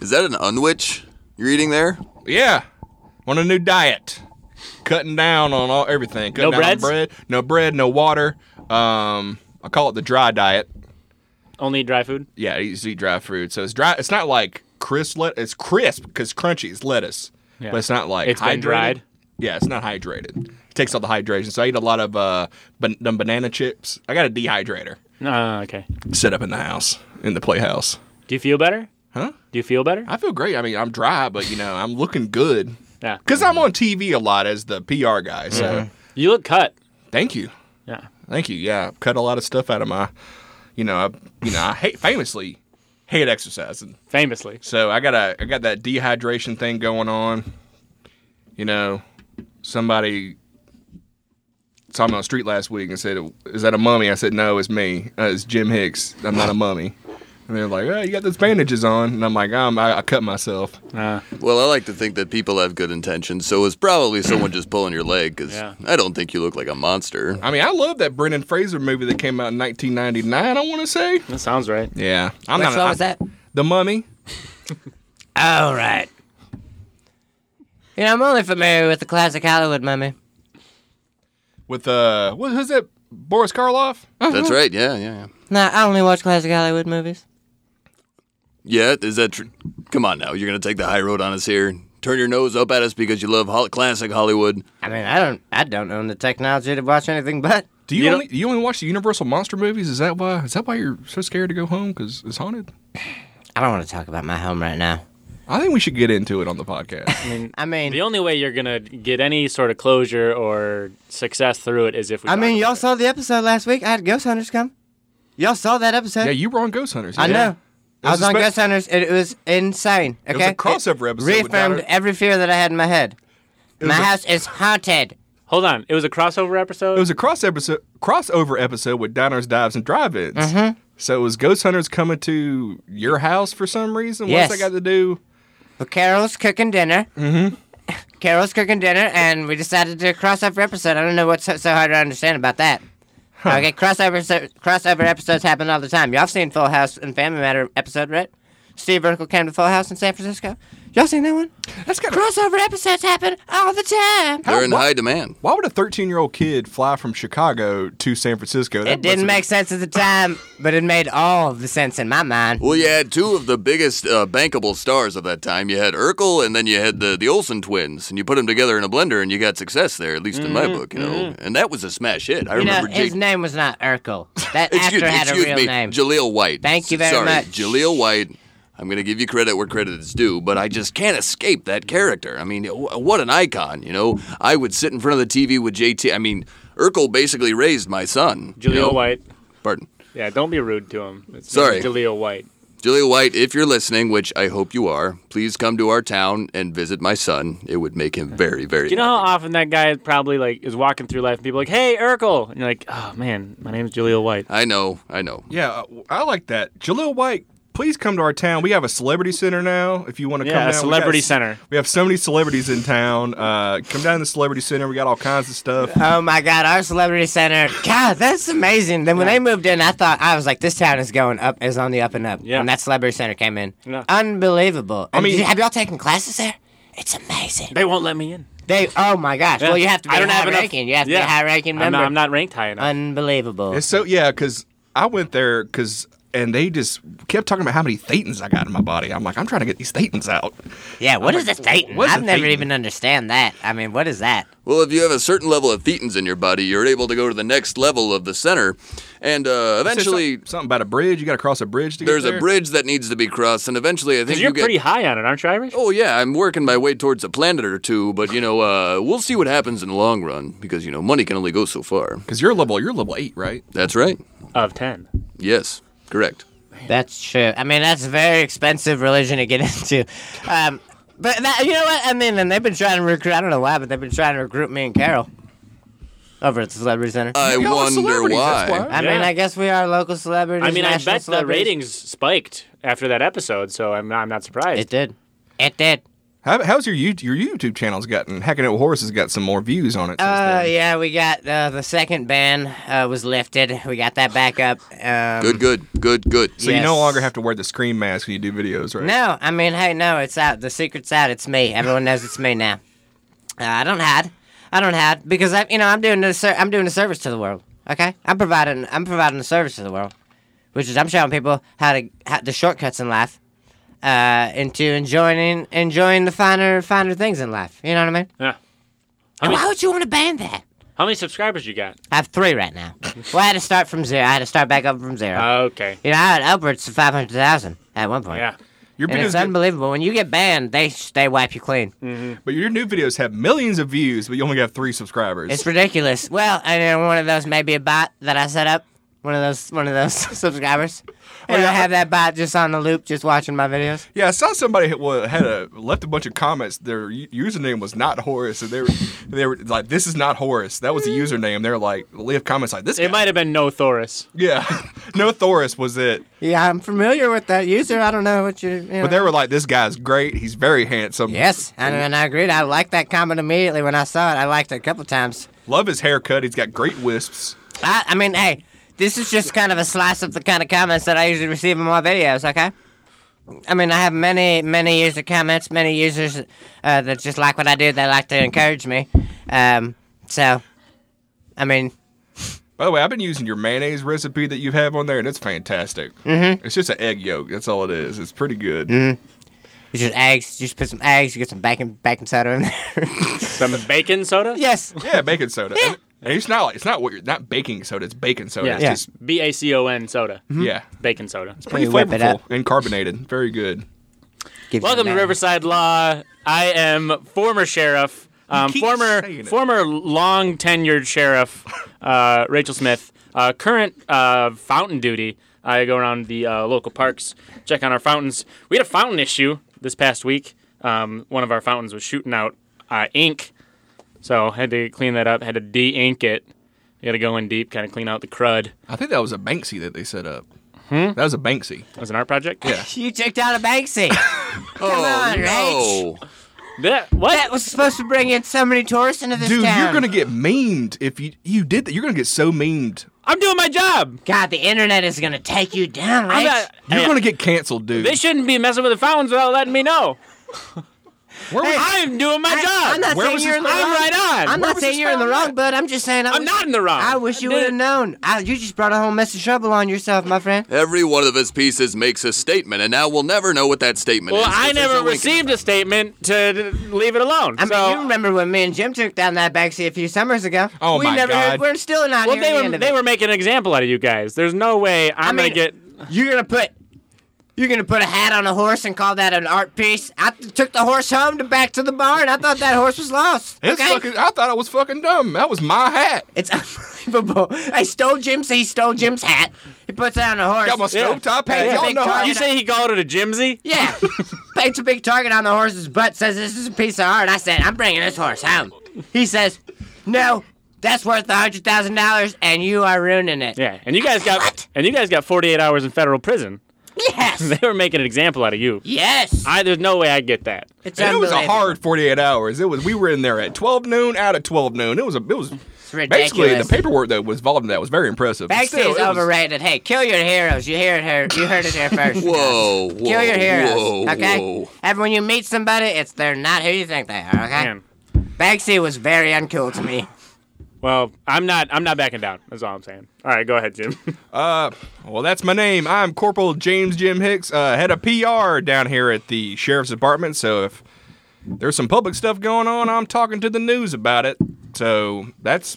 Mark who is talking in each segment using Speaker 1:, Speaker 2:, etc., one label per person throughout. Speaker 1: Is that an unwitch you're eating there?
Speaker 2: Yeah. Want a new diet. Cutting down on all everything. Cutting
Speaker 3: No
Speaker 2: down on
Speaker 3: breads?
Speaker 2: bread. No bread, no water. Um I call it the dry diet.
Speaker 3: Only dry food.
Speaker 2: Yeah, I just eat dry food. So it's dry it's not like crisp let it's crisp because crunchy is lettuce.
Speaker 3: Yeah.
Speaker 2: But it's not like
Speaker 3: It's been
Speaker 2: hydrated.
Speaker 3: dried.
Speaker 2: Yeah, it's not hydrated. It takes all the hydration. So I eat a lot of uh ban- them banana chips. I got a dehydrator
Speaker 3: Uh, okay.
Speaker 2: set up in the house, in the playhouse.
Speaker 3: Do you feel better?
Speaker 2: Huh?
Speaker 3: Do you feel better?
Speaker 2: I feel great. I mean, I'm dry, but you know, I'm looking good.
Speaker 3: Yeah.
Speaker 2: Because I'm on TV a lot as the PR guy. So
Speaker 3: Mm-hmm. You look cut.
Speaker 2: thank you.
Speaker 3: Yeah.
Speaker 2: Thank you. Yeah. I've cut a lot of stuff out of my, you know, I, you know, I hate, famously hate exercising.
Speaker 3: Famously.
Speaker 2: So I got a, I got that dehydration thing going on. You know, somebody saw me on the street last week and said, is that a mummy? I said, no, it's me. Uh, it's Jim Hicks. I'm not a mummy. And they're like, oh, you got those bandages on. And I'm like, um, I, I cut myself.
Speaker 3: Uh,
Speaker 1: Well, I like to think that people have good intentions, so it's probably someone just pulling your leg because
Speaker 3: Yeah.
Speaker 1: I don't think you look like a monster.
Speaker 2: I mean, I love that Brendan Fraser movie that came out in 1999. I want to say.
Speaker 3: that sounds right.
Speaker 2: Yeah, I'm
Speaker 4: Which
Speaker 2: not.
Speaker 4: one was that?
Speaker 2: The Mummy.
Speaker 4: All right. You know, I'm only familiar with the classic Hollywood mummy.
Speaker 2: with uh, what, who's that? Boris Karloff.
Speaker 4: Mm-hmm.
Speaker 1: That's right. Yeah, yeah, yeah.
Speaker 4: Nah, I only watch classic Hollywood movies.
Speaker 1: Yeah, is that true? Come on now, you're gonna take the high road on us here. Turn your nose up at us because you love hol- classic Hollywood.
Speaker 4: I mean, I don't, I don't own the technology to watch anything but.
Speaker 2: Do you,
Speaker 3: You
Speaker 2: only you only watch the Universal monster movies? Is that why? Is that why you're so scared to go home because it's haunted?
Speaker 4: I don't want to talk about my home right now.
Speaker 2: I think we should get into it on the podcast.
Speaker 4: I mean,
Speaker 3: The only way you're gonna get any sort of closure or success through it is if we.
Speaker 4: I
Speaker 3: talk
Speaker 4: mean,
Speaker 3: about
Speaker 4: y'all
Speaker 3: it.
Speaker 4: saw the episode last week. I had ghost hunters come. Y'all saw that episode.
Speaker 2: yeah, you were on Ghost Hunters.
Speaker 4: I
Speaker 2: yeah.
Speaker 4: know. I
Speaker 2: was
Speaker 4: was
Speaker 2: a
Speaker 4: on
Speaker 2: spe-
Speaker 4: Ghost Hunters. and It was insane. Okay.
Speaker 2: was a crossover episode with
Speaker 4: Reaffirmed
Speaker 2: Dr.
Speaker 4: every fear that I had in my head. My
Speaker 2: was a-
Speaker 4: house is haunted.
Speaker 3: Hold on. It was a crossover episode.
Speaker 2: It was a cross episode, crossover episode with Diners, Dives, and Drive-ins.
Speaker 4: Mm-hmm.
Speaker 2: So it was Ghost Hunters coming to your house for some reason?
Speaker 4: Yes.
Speaker 2: What's that got to do?
Speaker 4: But Carol's cooking dinner. Mm-hmm. Carol's cooking dinner, and we decided to crossover episode. I don't know what's so so hard to understand about that. Okay, crossover so- crossover episodes happen all the time. Y'all seen Full House and Family Matter episode, right? Steve Urkel came to Full House in San Francisco. Y'all seen that one?
Speaker 2: That's got.
Speaker 4: Crossover episodes happen all the time.
Speaker 1: They're in
Speaker 2: what?
Speaker 1: high demand.
Speaker 2: Why would a 13 year old kid fly from Chicago to San Francisco? That
Speaker 4: It
Speaker 2: must've-
Speaker 4: didn't make sense at the time, but it made all the sense in my mind.
Speaker 1: Well, you had two of the biggest uh, bankable stars of that time. You had Urkel, and then you had the the Olsen twins, and you put them together in a blender, and you got success there, at least in my book, you know. And that was a smash hit. I
Speaker 4: Mm-hmm. You know,
Speaker 1: remember Jake.
Speaker 4: his name was not Urkel. That
Speaker 1: excuse
Speaker 4: actor had a
Speaker 1: excuse
Speaker 4: real
Speaker 1: me,
Speaker 4: name.
Speaker 1: Jaleel White.
Speaker 4: Thank you very
Speaker 1: Sorry,
Speaker 4: much.
Speaker 1: Jaleel White. I'm going to give you credit where credit is due, but I just can't escape that character. I mean, wh- what an icon, you know? I would sit in front of the TV with JT. I mean, Urkel basically raised my son. you
Speaker 3: Jaleel
Speaker 1: know?
Speaker 3: White.
Speaker 1: Pardon.
Speaker 3: Yeah. Don't be rude to him. It's
Speaker 1: Sorry.
Speaker 3: Jaleel White.
Speaker 1: Jaleel White, if you're listening, which I hope you are, please come to our town and visit my son. It would make him very, very
Speaker 3: Do you know how often that guy probably like is walking through life and people are like, "Hey, Urkel," and you're like, "Oh man, my name's Jaleel White."
Speaker 1: I know, I know.
Speaker 2: Yeah, uh, I like that. Jaleel White, please come to our town. We have a celebrity center now. If you want to
Speaker 3: Yeah,
Speaker 2: come,
Speaker 3: a
Speaker 2: down. We
Speaker 3: celebrity
Speaker 2: got-
Speaker 3: center.
Speaker 2: We have so many celebrities in town. Uh, come down to the celebrity center. We got all kinds of stuff.
Speaker 4: Oh my God, our celebrity center. God, that's amazing. Then when they moved in, I thought I was like, this town is going up, is on the up and up.
Speaker 3: Yeah.
Speaker 4: When that celebrity center came in,
Speaker 3: Yeah.
Speaker 4: unbelievable. I
Speaker 2: mean-
Speaker 4: mean, have y'all taken classes there? It's amazing.
Speaker 3: They won't let me in.
Speaker 4: They, oh my gosh.
Speaker 3: Yeah.
Speaker 4: Well, you have to be
Speaker 3: I don't
Speaker 4: high
Speaker 3: have enough-
Speaker 4: ranking. You have to
Speaker 3: Yeah.
Speaker 4: be a high ranking
Speaker 3: I'm
Speaker 4: member.
Speaker 3: not, I'm not ranked high enough.
Speaker 4: Unbelievable.
Speaker 2: It's so yeah, because I went there because and they just kept talking about how many thetans I got in my body. I'm like, I'm trying to get these thetans out.
Speaker 4: yeah, what is a Thetan?
Speaker 2: what is
Speaker 4: I've
Speaker 2: a
Speaker 4: never
Speaker 2: Thetan?
Speaker 4: even understand that. I mean, what is that?
Speaker 1: Well, if you have a certain level of thetans in your body, you're able to go to the next level of the center. And uh,
Speaker 2: They said
Speaker 1: eventually,
Speaker 2: some- something about a bridge. You got to cross a bridge to
Speaker 1: there's
Speaker 2: get there.
Speaker 1: a bridge that needs to be crossed, and eventually, I think
Speaker 3: Because
Speaker 1: you
Speaker 3: you're
Speaker 1: get.
Speaker 3: pretty high on it, aren't you, Irish?
Speaker 1: Oh yeah, I'm working my way towards a planet or two, but you know, uh, we'll see what happens in the long run because you know money can only go so far.
Speaker 2: Because you're level, you're level eight, right?
Speaker 1: That's right.
Speaker 3: Of ten.
Speaker 1: Yes, correct.
Speaker 4: That's true. I mean, that's a very expensive religion to get into. Um, but that, you know what? I mean, and they've been trying to recruit. I don't know why, but they've been trying to recruit me and Carol over at the Celebrity Center.
Speaker 1: I
Speaker 2: Y'all are
Speaker 1: wonder
Speaker 2: celebrities, that's
Speaker 1: why.
Speaker 4: I mean,
Speaker 3: yeah.
Speaker 4: I guess we are local celebrities.
Speaker 3: I mean, I
Speaker 4: national
Speaker 3: bet the
Speaker 4: celebrities.
Speaker 3: ratings spiked after that episode, so I'm not, I'm not surprised.
Speaker 4: It did. It did.
Speaker 2: How, how's your YouTube, your YouTube channel's gotten? Hacking It with Horses has got some more views on it. Since
Speaker 4: Uh,
Speaker 2: then.
Speaker 4: yeah, we got uh, the second ban uh, was lifted. We got that back up. Um,
Speaker 1: Good, good, good, good.
Speaker 2: So you no
Speaker 4: yes.
Speaker 2: longer have to wear the scream mask when you do videos, right?
Speaker 4: No, I mean, hey, no, it's out. The secret's out. It's me. Everyone knows it's me now. Uh, I don't hide. I don't hide because I, you know, I'm doing a ser- I'm doing a service to the world. Okay, I'm providing I'm providing a service to the world, which is I'm showing people how to how, the shortcuts in life, uh, into enjoying enjoying the finer finer things in life. You know what I mean?
Speaker 3: Yeah.
Speaker 4: And
Speaker 3: mean-
Speaker 4: Why would you want to ban that?
Speaker 3: How many subscribers you got?
Speaker 4: I have three right now. well, I had to start from zero. I had to start back up from zero.
Speaker 3: Okay.
Speaker 4: you know, I had upwards to five hundred thousand at one point.
Speaker 3: Uh, Yeah.
Speaker 2: Your
Speaker 4: And
Speaker 2: videos,
Speaker 4: it's
Speaker 2: get-
Speaker 4: unbelievable. When you get Mm. banned, they they wipe you clean.
Speaker 2: but your new videos have millions of views, but you only have three subscribers.
Speaker 4: It's ridiculous. Well, and then one of those may be a bot that I set up. One of those one of those subscribers. And
Speaker 2: yeah.
Speaker 4: I have that bot just on the loop, just watching my videos.
Speaker 2: yeah, I saw somebody had, well, had a, left a bunch of comments. Their u- username was not Horace, and they were they were like, "This is not Horace." That was the username. They were like, leave comments like this.
Speaker 3: It
Speaker 2: guy-
Speaker 3: might have been no Thoris.
Speaker 2: yeah, no Thoris was it.
Speaker 4: Yeah, I'm familiar with that user. I don't know what you. you know.
Speaker 2: But they were like, "This guy's great. He's very handsome.
Speaker 4: yes, and, and I agreed. I liked that comment immediately when I saw it. I liked it a couple times.
Speaker 2: love his haircut. He's got great wisps."
Speaker 4: I, I mean, hey, this is just kind of a slice of the kind of comments that I usually receive in my videos, okay? I mean, I have many, many user comments, many users uh, that just like what I do. They like to encourage me. Um, so, I mean,
Speaker 2: By the way, I've been using your mayonnaise recipe that you have on there, and it's fantastic. Mm-hmm. It's just an egg yolk. That's all it is. It's pretty good.
Speaker 4: you just eggs, you just put some eggs, you get some bacon, baking soda in there.
Speaker 3: Some bacon soda?
Speaker 4: yes.
Speaker 2: Yeah, baking soda. And, and it's not like it's not weird. Not baking soda. It's baking soda.
Speaker 3: Yeah.
Speaker 2: It's
Speaker 4: Yeah.
Speaker 2: just
Speaker 3: B A C O N soda.
Speaker 1: Mm-hmm.
Speaker 2: yeah,
Speaker 3: Bacon soda.
Speaker 2: pretty
Speaker 4: you whip it
Speaker 2: flavorful
Speaker 4: up.
Speaker 2: and carbonated. Very good.
Speaker 4: Give you
Speaker 3: Welcome
Speaker 4: that.
Speaker 3: to Riverside Law. I am former sheriff, um,
Speaker 2: keep saying
Speaker 3: former
Speaker 2: it.
Speaker 3: former long tenured sheriff, uh, Rachel Smith. Uh, current uh, fountain duty. I go around the uh, local parks, check on our fountains. We had a fountain issue this past week. Um, one of our fountains was shooting out uh, ink, so had to clean that up. Had to de-ink it. You got to go in deep, kind of clean out the crud.
Speaker 2: I think that was a Banksy that they set up.
Speaker 4: Hmm?
Speaker 2: That was a Banksy.
Speaker 3: That was an art project.
Speaker 2: Yeah.
Speaker 4: You checked out a Banksy.
Speaker 1: oh,
Speaker 4: on,
Speaker 1: no.
Speaker 3: That, what?
Speaker 4: that was supposed to bring in so many tourists into this
Speaker 2: Dude,
Speaker 4: town.
Speaker 2: you're gonna get memed if you you did that. You're gonna get so memed.
Speaker 3: I'm doing my job.
Speaker 4: God, the internet is gonna take you down,
Speaker 3: I'm
Speaker 4: right?
Speaker 3: not-
Speaker 2: You're
Speaker 3: Hey,
Speaker 2: gonna get canceled, dude.
Speaker 3: They shouldn't be messing with the fountains without letting me know.
Speaker 2: Where was-
Speaker 3: I'm doing my
Speaker 4: I-
Speaker 3: job.
Speaker 4: I'm not
Speaker 2: Where
Speaker 4: saying
Speaker 2: was
Speaker 4: you're
Speaker 2: this-
Speaker 4: in the
Speaker 3: I'm
Speaker 4: wrong.
Speaker 3: right on.
Speaker 4: I'm
Speaker 3: Where
Speaker 4: not
Speaker 3: was
Speaker 4: saying
Speaker 3: this
Speaker 4: you're in the
Speaker 3: found
Speaker 4: wrong, bud. I'm just saying. I
Speaker 3: I'm
Speaker 4: wish-
Speaker 3: not in the wrong.
Speaker 4: I wish you
Speaker 3: I did
Speaker 4: would have
Speaker 3: it.
Speaker 4: known. I, you just brought a whole mess of trouble on yourself, my friend.
Speaker 1: Every one of his pieces makes a statement, and now we'll never know what that statement
Speaker 3: well,
Speaker 1: is. 'cause
Speaker 3: I
Speaker 1: there's
Speaker 3: never
Speaker 1: no link in
Speaker 3: received a statement to to leave it alone.
Speaker 4: I mean,
Speaker 3: so,
Speaker 4: you remember when me and Jim took down that backseat a few summers ago?
Speaker 2: Oh,
Speaker 4: we
Speaker 2: my
Speaker 4: never
Speaker 2: God.
Speaker 4: Heard, we're still not
Speaker 3: well,
Speaker 4: hearing the
Speaker 3: they
Speaker 4: end
Speaker 3: were
Speaker 4: of
Speaker 3: they
Speaker 4: it.
Speaker 3: were making an example out of you guys. There's no way I'm
Speaker 4: mean-
Speaker 3: gonna get.
Speaker 4: You're gonna put. You're gonna put a hat on a horse and call that an art piece. I t- took the horse home to back to the barn. I thought that horse was lost.
Speaker 2: it's
Speaker 4: okay?
Speaker 2: fucking, I thought I was fucking dumb. That was my hat.
Speaker 4: It's unbelievable. I stole Jim's. He stole Jim's hat. He puts it on a horse.
Speaker 2: Got my stovetop hat.
Speaker 4: Yeah.
Speaker 2: Y'all
Speaker 4: Big
Speaker 2: know how
Speaker 4: I-
Speaker 3: You say he called it a Jimsy?
Speaker 4: Yeah. Paints a big target on the horse's butt, says this is a piece of art. I said, I'm bringing this horse home. He says, No, that's worth a $100,000 and you are ruining it.
Speaker 3: Yeah, and you guys got and you guys got 48 hours in federal prison.
Speaker 4: Yes.
Speaker 3: They were making an example out of you.
Speaker 4: yes.
Speaker 3: I there's no way I get that.
Speaker 4: it's
Speaker 2: And it was a
Speaker 4: unbelievable.
Speaker 2: hard 48 hours. It was we were in there at 12 noon, out at 12 noon. It was a it was basically the
Speaker 4: ridiculous.
Speaker 2: paperwork that was involved in that was very impressive. But
Speaker 4: Backstage's
Speaker 2: still, it was-
Speaker 4: overrated. Hey, kill your heroes. You hear it here. You heard it here first.
Speaker 1: Whoa, whoa,
Speaker 4: Kill your heroes.
Speaker 1: whoa,
Speaker 4: okay?
Speaker 1: whoa.
Speaker 4: And when you meet somebody, it's they're not who you think they are, okay?
Speaker 3: Man.
Speaker 4: Banksy was very uncool to me.
Speaker 3: Well, I'm not I'm not backing down. That's all I'm saying. All right, go ahead, Jim.
Speaker 2: Well, that's my name. I'm Corporal James Jim Hicks, uh, head of PR down here at the sheriff's department. So if there's some public stuff going on, I'm talking to the news about it. So that's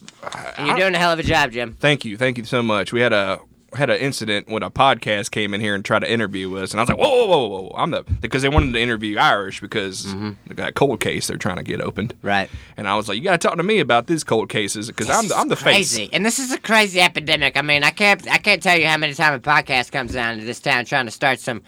Speaker 4: And you're doing a hell of a job, Jim.
Speaker 2: thank you, thank you so much. We had a had an incident when a podcast came in here and tried to interview us, and I was like, whoa, whoa, whoa, whoa, whoa. I'm the because they wanted to interview Irish because they got a cold case they're trying to get opened.
Speaker 4: Right.
Speaker 2: And I was like, you got to talk to me about these cold cases because I'm the, I'm the
Speaker 4: crazy,
Speaker 2: face.
Speaker 4: and this is a crazy epidemic. I mean, I can't I can't tell you how many times a podcast comes down to this town trying to start some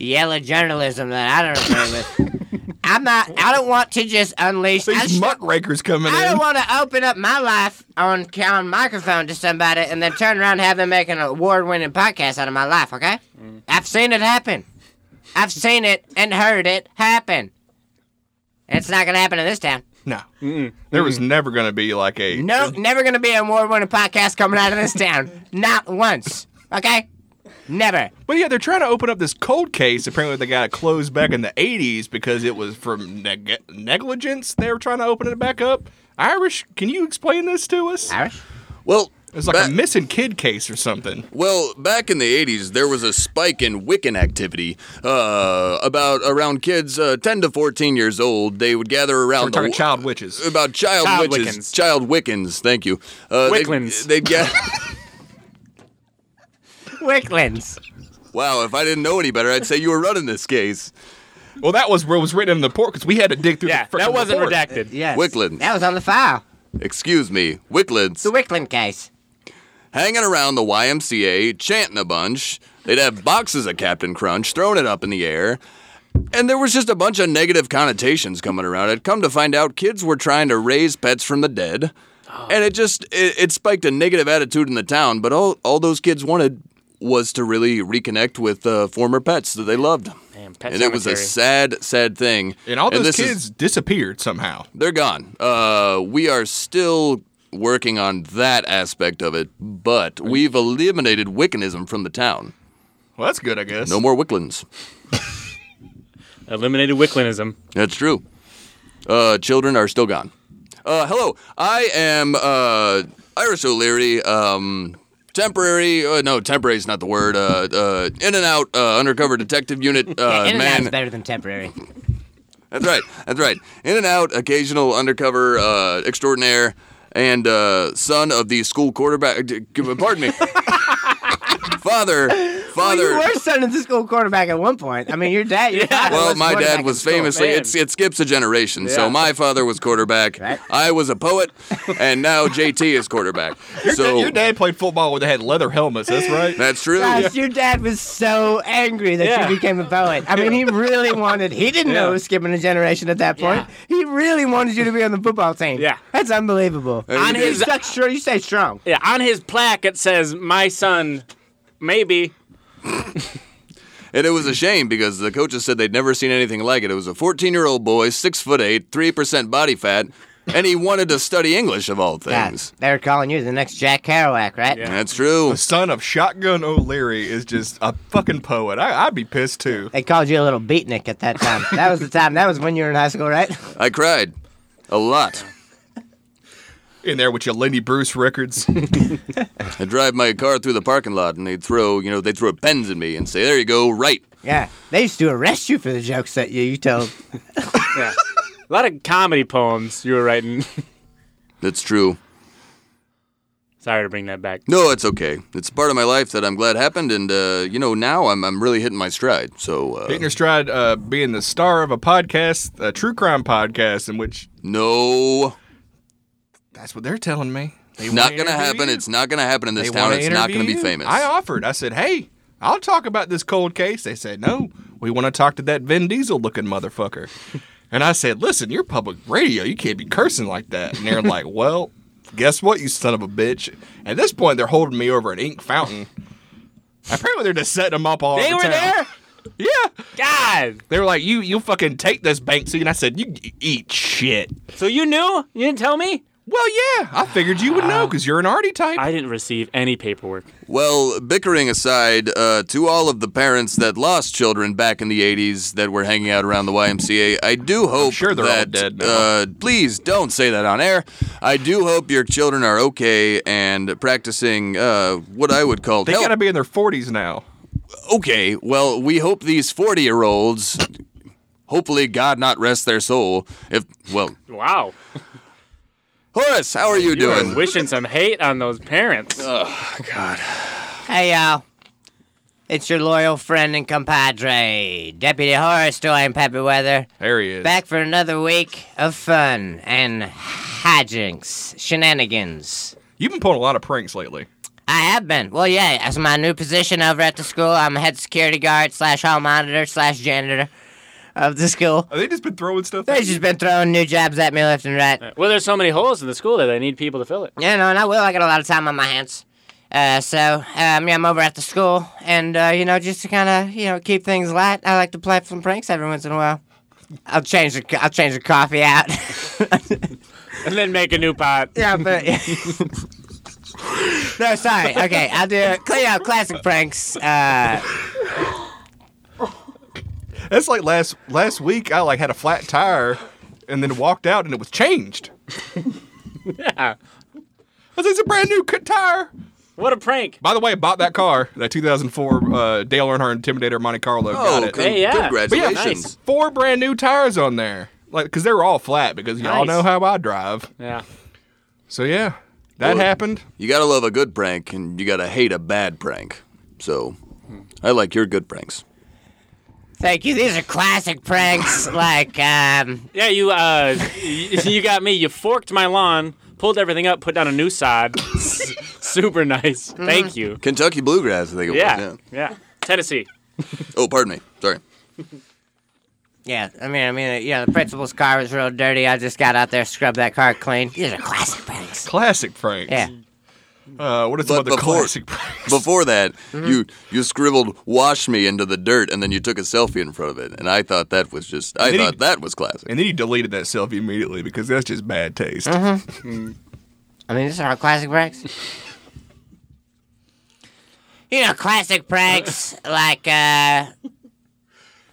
Speaker 4: yellow journalism that I don't agree with. I'm not. I don't want to just unleash. I,
Speaker 2: These
Speaker 4: sh-
Speaker 2: muckrakers coming
Speaker 4: I
Speaker 2: in.
Speaker 4: don't want to open up my life on on microphone to somebody and then turn around and have them make an award winning podcast out of my life. Okay,
Speaker 2: Mm.
Speaker 4: I've seen it happen. I've seen it and heard it happen. And it's not gonna happen in this town.
Speaker 2: No. There was never going to be like a.
Speaker 4: No, never gonna be an award-winning podcast coming out of this town. Not once. Okay? Never.
Speaker 2: But yeah, they're trying to open up this cold case. Apparently, they got it closed back in the 80s because it was from neg- negligence. They were trying to open it back up. Irish, can you explain this to us?
Speaker 4: Irish?
Speaker 1: Well,
Speaker 2: It's like
Speaker 1: ba-
Speaker 2: a missing kid case or something.
Speaker 1: Well, back in the 80s, there was a spike in Wiccan activity. Uh, about around kids uh, 10 to 14 years old, they would gather
Speaker 2: We're
Speaker 1: around
Speaker 2: talking
Speaker 1: the
Speaker 2: child witches.
Speaker 1: about child,
Speaker 3: Child
Speaker 1: witches,
Speaker 3: Wiccans.
Speaker 1: child Wiccans. Thank you. Uh, they'd-
Speaker 3: Wicklins.
Speaker 1: They'd, get.
Speaker 4: Wicklands.
Speaker 1: wow, if I didn't know any better, I'd say you were running this case.
Speaker 2: Well, that was what was written in the report because we had to dig through.
Speaker 3: Yeah,
Speaker 2: the frickin'
Speaker 3: that wasn't
Speaker 2: report.
Speaker 3: redacted.
Speaker 4: Yes.
Speaker 1: Wicklands.
Speaker 4: That was on the file.
Speaker 1: Excuse me, Wicklins.
Speaker 4: The Wickland case.
Speaker 1: hanging around the YMCA, chanting a bunch. They'd have boxes of Captain Crunch, throwing it up in the air. And there was just a bunch of negative connotations coming around. I'd come to find out kids were trying to raise pets from the dead.
Speaker 3: Oh.
Speaker 1: And it just, it, it spiked a negative attitude in the town. But all, all those kids wanted was to really reconnect with uh, former pets that they loved.
Speaker 3: Damn, pet
Speaker 1: and it was a
Speaker 3: cemetery.
Speaker 1: sad, sad thing.
Speaker 2: And all those
Speaker 1: this is-
Speaker 2: kids disappeared somehow.
Speaker 1: they're gone. Uh, we are still working on that aspect of it, but we've eliminated Wiccanism from the town.
Speaker 2: Well, that's good, I guess.
Speaker 1: No more Wiccans.
Speaker 3: Eliminated Wicklinism.
Speaker 1: That's true. Uh, children are still gone. Uh, hello, I am uh, Iris O'Leary. Um, temporary, uh, no, temporary is not the word. Uh, uh, in and out uh, undercover detective unit. Uh,
Speaker 4: In and
Speaker 1: man,
Speaker 4: out is better than temporary.
Speaker 1: That's right. That's right. In and out, occasional undercover uh, extraordinaire, and uh, son of the school quarterback. d- Pardon me. father, father.
Speaker 4: You were son of the school quarterback at one point. I mean, your dad. Your father
Speaker 1: well,
Speaker 4: was
Speaker 1: my
Speaker 4: quarterback
Speaker 1: dad
Speaker 4: at
Speaker 1: was
Speaker 4: school.
Speaker 1: famously
Speaker 3: man.
Speaker 1: it's it skips a generation.
Speaker 3: Yeah.
Speaker 1: So my father was quarterback.
Speaker 4: Right.
Speaker 1: I was a poet, and now JT is quarterback. so
Speaker 2: Your dad played football when they had leather helmets. That's right.
Speaker 1: that's true.
Speaker 4: Gosh, your dad was so angry that
Speaker 3: Yeah.
Speaker 4: you became a poet. I mean, he really wanted. He didn't know
Speaker 3: Yeah.
Speaker 4: it was skipping a generation at that point. He really wanted you to be on the football team.
Speaker 3: Yeah.
Speaker 4: that's unbelievable.
Speaker 1: he
Speaker 4: On
Speaker 1: did.
Speaker 4: his, stuck strong- you stay strong.
Speaker 3: Yeah, on his plaque it says, "My son, maybe."
Speaker 1: And it was a shame because the coaches said they'd never seen anything like it. It was a 14 year old boy, six foot eight, three percent body fat, and he wanted to study English of all things.
Speaker 4: Yes, they were calling you the next Jack Kerouac, right?
Speaker 3: Yeah.
Speaker 1: That's true.
Speaker 2: The son of Shotgun O'Leary is just a fucking poet. I, I'd be pissed too.
Speaker 4: They called you a little beatnik at that time. that was the time. That was when you were in high school, right?
Speaker 1: I cried a lot.
Speaker 2: In there with your Lenny Bruce records.
Speaker 1: I drive my car through the parking lot and they'd throw, you know, they'd throw pens at me and say, There you go, right.
Speaker 4: Yeah. They used to arrest you for the jokes that you, you told.
Speaker 3: Yeah. A lot of comedy poems you were writing.
Speaker 1: That's true.
Speaker 3: Sorry to bring that back.
Speaker 1: No, it's okay. It's part of my life that I'm glad happened and uh, you know, now I'm I'm really hitting my stride. So uh,
Speaker 2: Hitting stride uh, being the star of a podcast, a true crime podcast, in which
Speaker 1: no
Speaker 2: that's what they're telling me. They
Speaker 1: not
Speaker 2: wanna
Speaker 1: gonna
Speaker 2: interview
Speaker 1: happen.
Speaker 2: you.
Speaker 1: It's not gonna happen in this
Speaker 2: They
Speaker 1: town.
Speaker 2: wanna
Speaker 1: Oh, It's not gonna
Speaker 2: interview
Speaker 1: be
Speaker 2: you.
Speaker 1: famous.
Speaker 2: I offered. I said, hey, I'll talk about this cold case. They said, no, we want to talk to that Vin Diesel looking motherfucker. and I said, listen, you're public radio. You can't be cursing like that. And they're like, well, guess what, you son of a bitch. At this point, they're holding me over an ink fountain. Apparently, they're just setting them up all
Speaker 3: They
Speaker 2: over
Speaker 3: were
Speaker 2: town.
Speaker 3: there.
Speaker 2: Yeah.
Speaker 3: God.
Speaker 2: They were like, you, you fucking take this, Banksy. And I said, you eat shit.
Speaker 3: So you knew? You didn't tell me?
Speaker 2: Well, yeah, I figured you would know because you're an arty type.
Speaker 3: I didn't receive any paperwork.
Speaker 1: Well, bickering aside, uh, to all of the parents that lost children back in the 80s that were hanging out around the YMCA, I do hope
Speaker 2: sure they're all
Speaker 1: that,
Speaker 2: dead now.
Speaker 1: Uh, please don't say that on air. I do hope your children are okay and practicing uh, what I would call
Speaker 2: they
Speaker 1: health-
Speaker 2: got to be in their 40s now.
Speaker 1: okay, well, we hope these 40 year olds, hopefully, God not rest their soul. If, well,
Speaker 3: Wow.
Speaker 1: Horace, how are you
Speaker 3: I'm
Speaker 1: doing?
Speaker 3: wishing some hate on those parents.
Speaker 4: Hey, y'all. It's your loyal friend and compadre, Deputy Horace Doyle Peppy Weather,
Speaker 2: There he is.
Speaker 4: back for another week of fun and hijinks, shenanigans.
Speaker 2: You've been pulling a lot of pranks lately.
Speaker 4: I have been. Well, yeah, as my new position over at the school, I'm a head security guard slash hall monitor slash janitor of the school.
Speaker 2: Have they just been throwing stuff?
Speaker 4: They've just been throwing new jobs at me left and right.
Speaker 3: Well, there's so many holes in the school that they need people to fill it.
Speaker 4: Yeah, no, and I will. I got a lot of time on my hands. Uh, so, um, yeah, I'm over at the school, and, uh, you know, just to kind of, you know, keep things light, I like to play some pranks every once in a while. I'll change the co- I'll change the coffee out.
Speaker 3: and then make a new pot.
Speaker 4: yeah, but no, sorry. Okay, I'll do clean out classic pranks. Uh,
Speaker 2: That's like last last week. I like had a flat tire, and then walked out, and it was changed.
Speaker 3: Yeah.
Speaker 2: I was like, it's a brand new cut tire.
Speaker 3: What a prank.
Speaker 2: By the way, I bought that car, that 2004 uh, Dale Earnhardt Intimidator Monte Carlo.
Speaker 1: Oh,
Speaker 2: Got it.
Speaker 1: con-
Speaker 3: Hey, yeah.
Speaker 2: But yeah,
Speaker 1: congratulations.
Speaker 3: nice.
Speaker 2: four brand new tires on there, like because they were all flat because y'all
Speaker 3: Nice.
Speaker 2: know how I drive.
Speaker 3: Yeah.
Speaker 2: So yeah, that
Speaker 1: Well-
Speaker 2: happened.
Speaker 1: You gotta love a good prank, and you gotta hate a bad prank. So, I like your good pranks.
Speaker 4: thank you. These are classic pranks. Like um,
Speaker 3: Yeah, you uh you, you got me. You forked my lawn, pulled everything up, put down a new sod. S- Super nice. Thank you.
Speaker 1: Kentucky bluegrass, I think it
Speaker 3: Yeah.
Speaker 1: was.
Speaker 3: Yeah. Tennessee.
Speaker 1: Yeah. Oh, pardon me. Sorry.
Speaker 4: yeah. I mean, I mean, you know, the principal's car was real dirty. I just got out there, scrubbed that car clean. These are classic pranks.
Speaker 2: Classic pranks.
Speaker 4: Yeah.
Speaker 2: Uh, what is
Speaker 1: But
Speaker 2: about the
Speaker 1: before-
Speaker 2: classic pranks?
Speaker 1: Before that, you you scribbled "wash me" into the dirt, and then you took a selfie in front of it, and I thought that was just I
Speaker 2: Did he-
Speaker 1: thought that was classic.
Speaker 2: and then you deleted that selfie immediately because that's just bad taste.
Speaker 4: Mm-hmm. I mean, these are all classic pranks. you know, classic pranks like uh,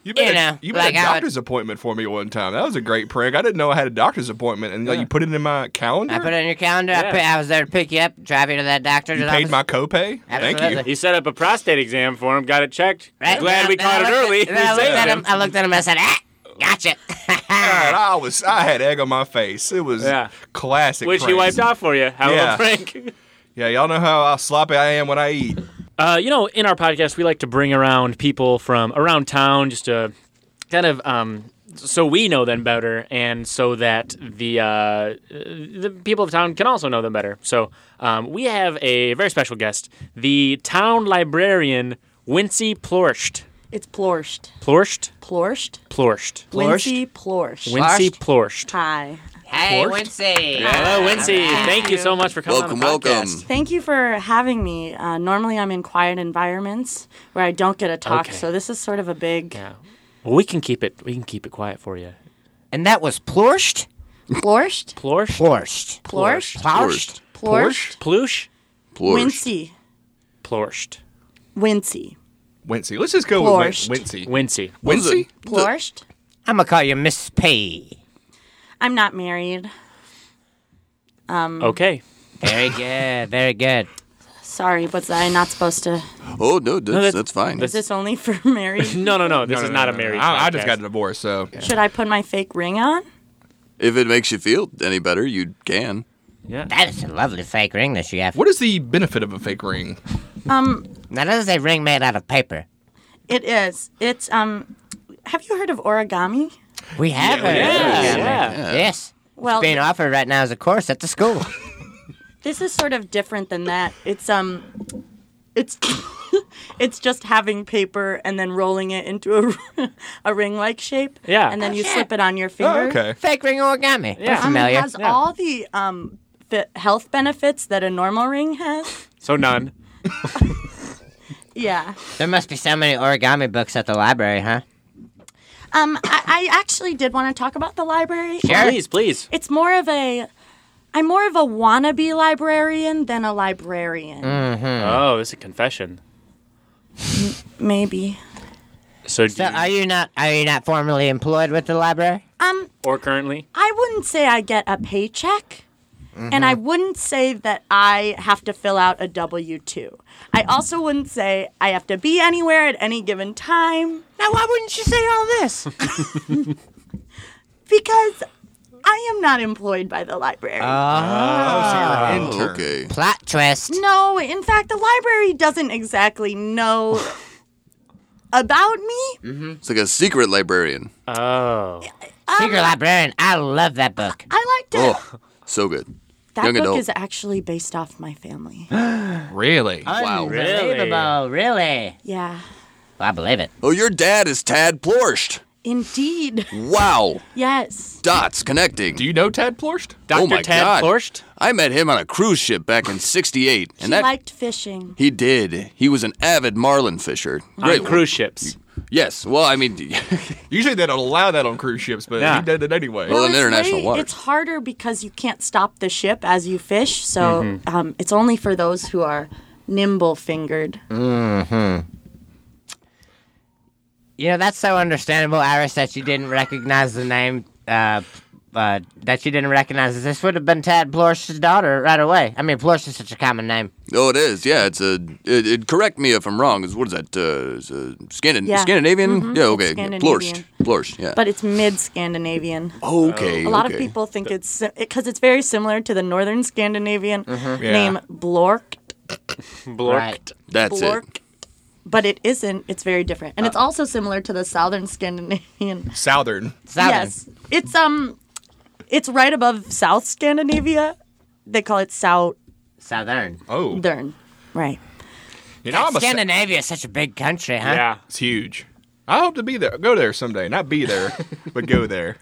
Speaker 2: You made,
Speaker 4: You
Speaker 2: a,
Speaker 4: know,
Speaker 2: you made
Speaker 4: like
Speaker 2: a
Speaker 4: I would-
Speaker 2: doctor's appointment for me one time. That was a great prank. I didn't know I had a doctor's appointment, and like you put it in my calendar.
Speaker 4: I put it on your calendar. I,
Speaker 3: Yeah.
Speaker 4: put, I was there to pick you up, drive you to that doctor's
Speaker 2: you
Speaker 4: office.
Speaker 2: paid my copay. Thank
Speaker 4: Absolutely.
Speaker 2: you.
Speaker 3: He set up a prostate exam for him, got it checked.
Speaker 4: Right?
Speaker 3: Glad
Speaker 4: Then
Speaker 3: we
Speaker 4: I- then
Speaker 3: caught
Speaker 4: I
Speaker 3: it
Speaker 4: looked-
Speaker 3: early.
Speaker 4: Then I
Speaker 3: He
Speaker 4: looked
Speaker 3: saved
Speaker 4: at
Speaker 3: him.
Speaker 4: him. I looked at him. I said, "Ah, gotcha."
Speaker 2: God, I was I had egg on my face. It was
Speaker 3: Yeah.
Speaker 2: classic.
Speaker 3: Which he
Speaker 2: pranks.
Speaker 3: wiped off for you. How
Speaker 2: Yeah.
Speaker 3: about Frank?
Speaker 2: Yeah, y'all know how sloppy I am when I eat.
Speaker 3: Uh, you know, in our podcast, we like to bring around people from around town just to kind of um, so we know them better, and so that the uh, uh, the people of town can also know them better. So um, we have a very special guest, the town librarian Wincy Plorscht.
Speaker 5: It's plorscht.
Speaker 3: Plorscht?
Speaker 5: Plorscht?
Speaker 3: Plorscht.
Speaker 5: Wincy plorscht.
Speaker 3: Wincy Plorscht.
Speaker 5: Hi.
Speaker 4: hey,
Speaker 3: Porked?
Speaker 4: Wincy.
Speaker 3: Hello, Wincy. Thank you so much for coming
Speaker 1: welcome,
Speaker 3: on the podcast.
Speaker 1: welcome.
Speaker 5: Thank you for having me. Uh, normally, I'm in quiet environments where I don't get to talk,
Speaker 3: Okay.
Speaker 5: so this is sort of a big
Speaker 3: Yeah. Well, we can keep it. We can keep it quiet for you.
Speaker 4: And that was Plorscht.
Speaker 5: plorscht,
Speaker 3: Plorscht.
Speaker 4: Plorscht.
Speaker 5: plorscht,
Speaker 4: Plorscht.
Speaker 5: plorscht,
Speaker 3: Plush.
Speaker 1: Plorscht.
Speaker 5: wincy,
Speaker 3: Plorscht.
Speaker 5: wincy,
Speaker 2: Wincy. Let's just go with
Speaker 5: Plorscht.
Speaker 2: Win- Wincy.
Speaker 3: Wincy.
Speaker 1: What is
Speaker 2: Wincy?
Speaker 1: it?
Speaker 5: plorscht.
Speaker 4: I'm gonna call you Miss P.
Speaker 5: I'm not married.
Speaker 3: Okay.
Speaker 4: Very good. Very good.
Speaker 5: Sorry, was I not supposed to?
Speaker 1: Oh no, that's,
Speaker 3: that's-
Speaker 1: that's, fine.
Speaker 5: Is this only for married?
Speaker 3: No, no, no. This
Speaker 2: No,
Speaker 3: is
Speaker 2: no,
Speaker 3: not
Speaker 2: no,
Speaker 3: a
Speaker 2: no,
Speaker 3: marriage.
Speaker 2: no. I, I just
Speaker 3: podcast.
Speaker 2: got a divorce, so
Speaker 5: Should I put my fake ring on?
Speaker 1: if it makes you feel any better, you can.
Speaker 3: Yeah.
Speaker 4: That is a lovely fake ring that you have.
Speaker 2: what is the benefit of a fake ring?
Speaker 5: Um,
Speaker 4: Now that is a ring made out of paper.
Speaker 5: it is. It's um. Have you heard of origami?
Speaker 4: We have a
Speaker 3: Yeah,
Speaker 4: ring.
Speaker 3: yeah.
Speaker 4: Yes.
Speaker 5: Well,
Speaker 4: Being offered right now as a course at the school.
Speaker 5: this is sort of different than that. It's um, it's it's just having paper and then rolling it into a, a ring-like shape.
Speaker 3: Yeah.
Speaker 5: and then you
Speaker 4: Yeah.
Speaker 5: slip it on your
Speaker 2: Oh,
Speaker 5: finger.
Speaker 2: okay.
Speaker 4: fake ring origami.
Speaker 3: Yeah.
Speaker 4: Yeah.
Speaker 5: Um, it
Speaker 4: Familiar.
Speaker 5: has all the um fit health benefits that a normal ring has.
Speaker 3: So none.
Speaker 5: Yeah.
Speaker 4: There must be so many origami books at the library, huh?
Speaker 5: Um, I, I actually did want to talk about the library.
Speaker 3: Please, please.
Speaker 5: It's more of a. I'm more of a wannabe librarian than a librarian.
Speaker 2: Mm.
Speaker 3: Oh, this is a confession.
Speaker 5: Maybe.
Speaker 3: So, do
Speaker 4: So
Speaker 3: you-
Speaker 4: are you not are you not formally employed with the library?
Speaker 5: Um,
Speaker 3: or currently?
Speaker 5: I wouldn't say I get a paycheck. And
Speaker 1: Mm-hmm.
Speaker 5: I wouldn't say that I have to fill out a W 2. I also wouldn't say I have to be anywhere at any given time
Speaker 4: Now why wouldn't you say all this?
Speaker 5: because I am not employed by the library.
Speaker 1: Uh. Oh, okay.
Speaker 4: Plot twist.
Speaker 5: no, in fact, the library doesn't exactly know about me.
Speaker 1: It's like a secret librarian.
Speaker 3: Oh.
Speaker 4: Secret librarian. I love that book.
Speaker 5: I like to.
Speaker 1: Oh, so good.
Speaker 5: that
Speaker 1: young
Speaker 5: book
Speaker 1: adult.
Speaker 5: is actually based off my family.
Speaker 2: Really?
Speaker 1: Wow.
Speaker 4: Unbelievable. Really?
Speaker 5: yeah.
Speaker 4: Well, I believe it.
Speaker 1: Oh, your dad is Tad Plorscht.
Speaker 5: Indeed.
Speaker 1: Wow.
Speaker 5: Yes.
Speaker 1: Dots connecting.
Speaker 2: Do you know Tad Plorscht?
Speaker 3: Dr.
Speaker 1: Oh my
Speaker 3: Tad
Speaker 1: God.
Speaker 3: Plorscht?
Speaker 1: I met him on a cruise ship back in '68,
Speaker 5: She
Speaker 1: and that
Speaker 5: liked fishing.
Speaker 1: he did. He was an avid marlin fisher.
Speaker 3: On cruise ships.
Speaker 1: You, Yes. Well, I mean,
Speaker 2: Usually they don't allow that on cruise ships, but
Speaker 3: Yeah.
Speaker 2: he did it anyway.
Speaker 1: Well, in
Speaker 5: it's
Speaker 1: international
Speaker 5: way-
Speaker 1: waters.
Speaker 5: It's harder because you can't stop the ship as you fish, so
Speaker 1: Mm-hmm.
Speaker 5: um, it's only for those who are nimble fingered.
Speaker 1: Mm.
Speaker 4: You know, that's so understandable, Iris, that you didn't recognize the name, uh, uh, that you didn't recognize this. This would have been Tad Plorsh's daughter right away. I mean, Plorsh is such a common name.
Speaker 1: oh, it is. Yeah, it's a. It, it, correct me if I'm wrong. Is what is that? Uh, it's a Scandin-
Speaker 5: Yeah. Mm-hmm.
Speaker 1: Scandinavian? Yeah. Okay.
Speaker 5: Scandinavian.
Speaker 1: Plorsch. Plorsch. Yeah.
Speaker 5: But it's mid Scandinavian.
Speaker 3: Oh,
Speaker 1: okay.
Speaker 5: A lot
Speaker 1: okay.
Speaker 5: of people think it's because it's very similar to the northern Scandinavian
Speaker 1: Mm-hmm.
Speaker 5: name
Speaker 2: Yeah.
Speaker 5: Blork,
Speaker 3: Blork.
Speaker 4: Right.
Speaker 1: That's
Speaker 5: Blork,
Speaker 1: it. Ah.
Speaker 5: but it isn't. It's very different, and it's also similar to the southern Scandinavian.
Speaker 2: Southern.
Speaker 4: Southern.
Speaker 5: Yes, it's um, it's right above South Scandinavia. They call it Southern.
Speaker 4: Southern.
Speaker 2: Oh,
Speaker 5: Right.
Speaker 2: you know, I'm a, sa-
Speaker 4: Scandinavia is such a big country, huh?
Speaker 3: Yeah.
Speaker 2: it's huge. I hope to be there. Go there someday. Not be there, but go there.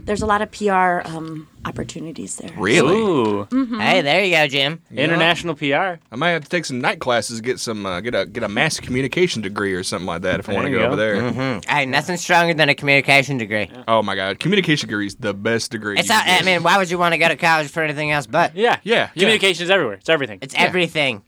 Speaker 5: There's a lot of PR um, opportunities there.
Speaker 2: Really?
Speaker 3: Ooh.
Speaker 4: Hey, there you go, Jim.
Speaker 3: International PR.
Speaker 2: I might have to take some night classes, get some, uh, get a get a mass communication degree or something like that if I want to
Speaker 3: There
Speaker 2: go,
Speaker 3: you go. Mm-hmm.
Speaker 2: over there.
Speaker 4: Hey, nothing stronger than a communication degree.
Speaker 2: Oh my god, communication degree is the best degree.
Speaker 4: It's
Speaker 2: you
Speaker 4: not,
Speaker 2: can
Speaker 4: I
Speaker 2: get.
Speaker 4: mean, why would you want to go to college for anything else but?
Speaker 3: Yeah.
Speaker 2: Yeah, yeah.
Speaker 3: Communication is everywhere. It's everything.
Speaker 4: It's everything.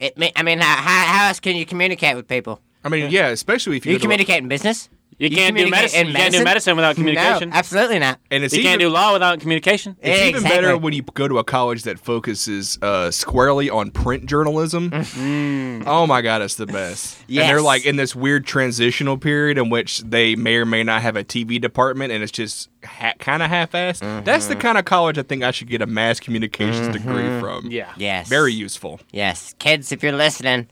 Speaker 4: It. ma- I mean, how, how, how else can you communicate with people?
Speaker 2: I mean, yeah, especially if you, go
Speaker 4: You
Speaker 2: to a-
Speaker 4: communicate in business.
Speaker 3: you can't do
Speaker 4: communicate
Speaker 3: medicine.
Speaker 4: in
Speaker 3: You can't do medicine without communication.
Speaker 4: No, absolutely not.
Speaker 2: and it's
Speaker 3: you
Speaker 2: even,
Speaker 3: can't do law without communication.
Speaker 2: It's
Speaker 4: Yeah,
Speaker 2: even
Speaker 4: exactly.
Speaker 2: better when you go to a college that focuses uh, squarely on print journalism. Oh my god, it's the best. And they're
Speaker 4: Mm. Yes.
Speaker 2: like in this weird transitional period in which they may or may not have a TV department, and it's just ha- kind of half-assed. That's
Speaker 4: Mm-hmm.
Speaker 2: the kind of college I think I should get a mass communications degree from.
Speaker 3: Yeah.
Speaker 4: Yes.
Speaker 2: very useful.
Speaker 4: Yes, kids, if you're listening,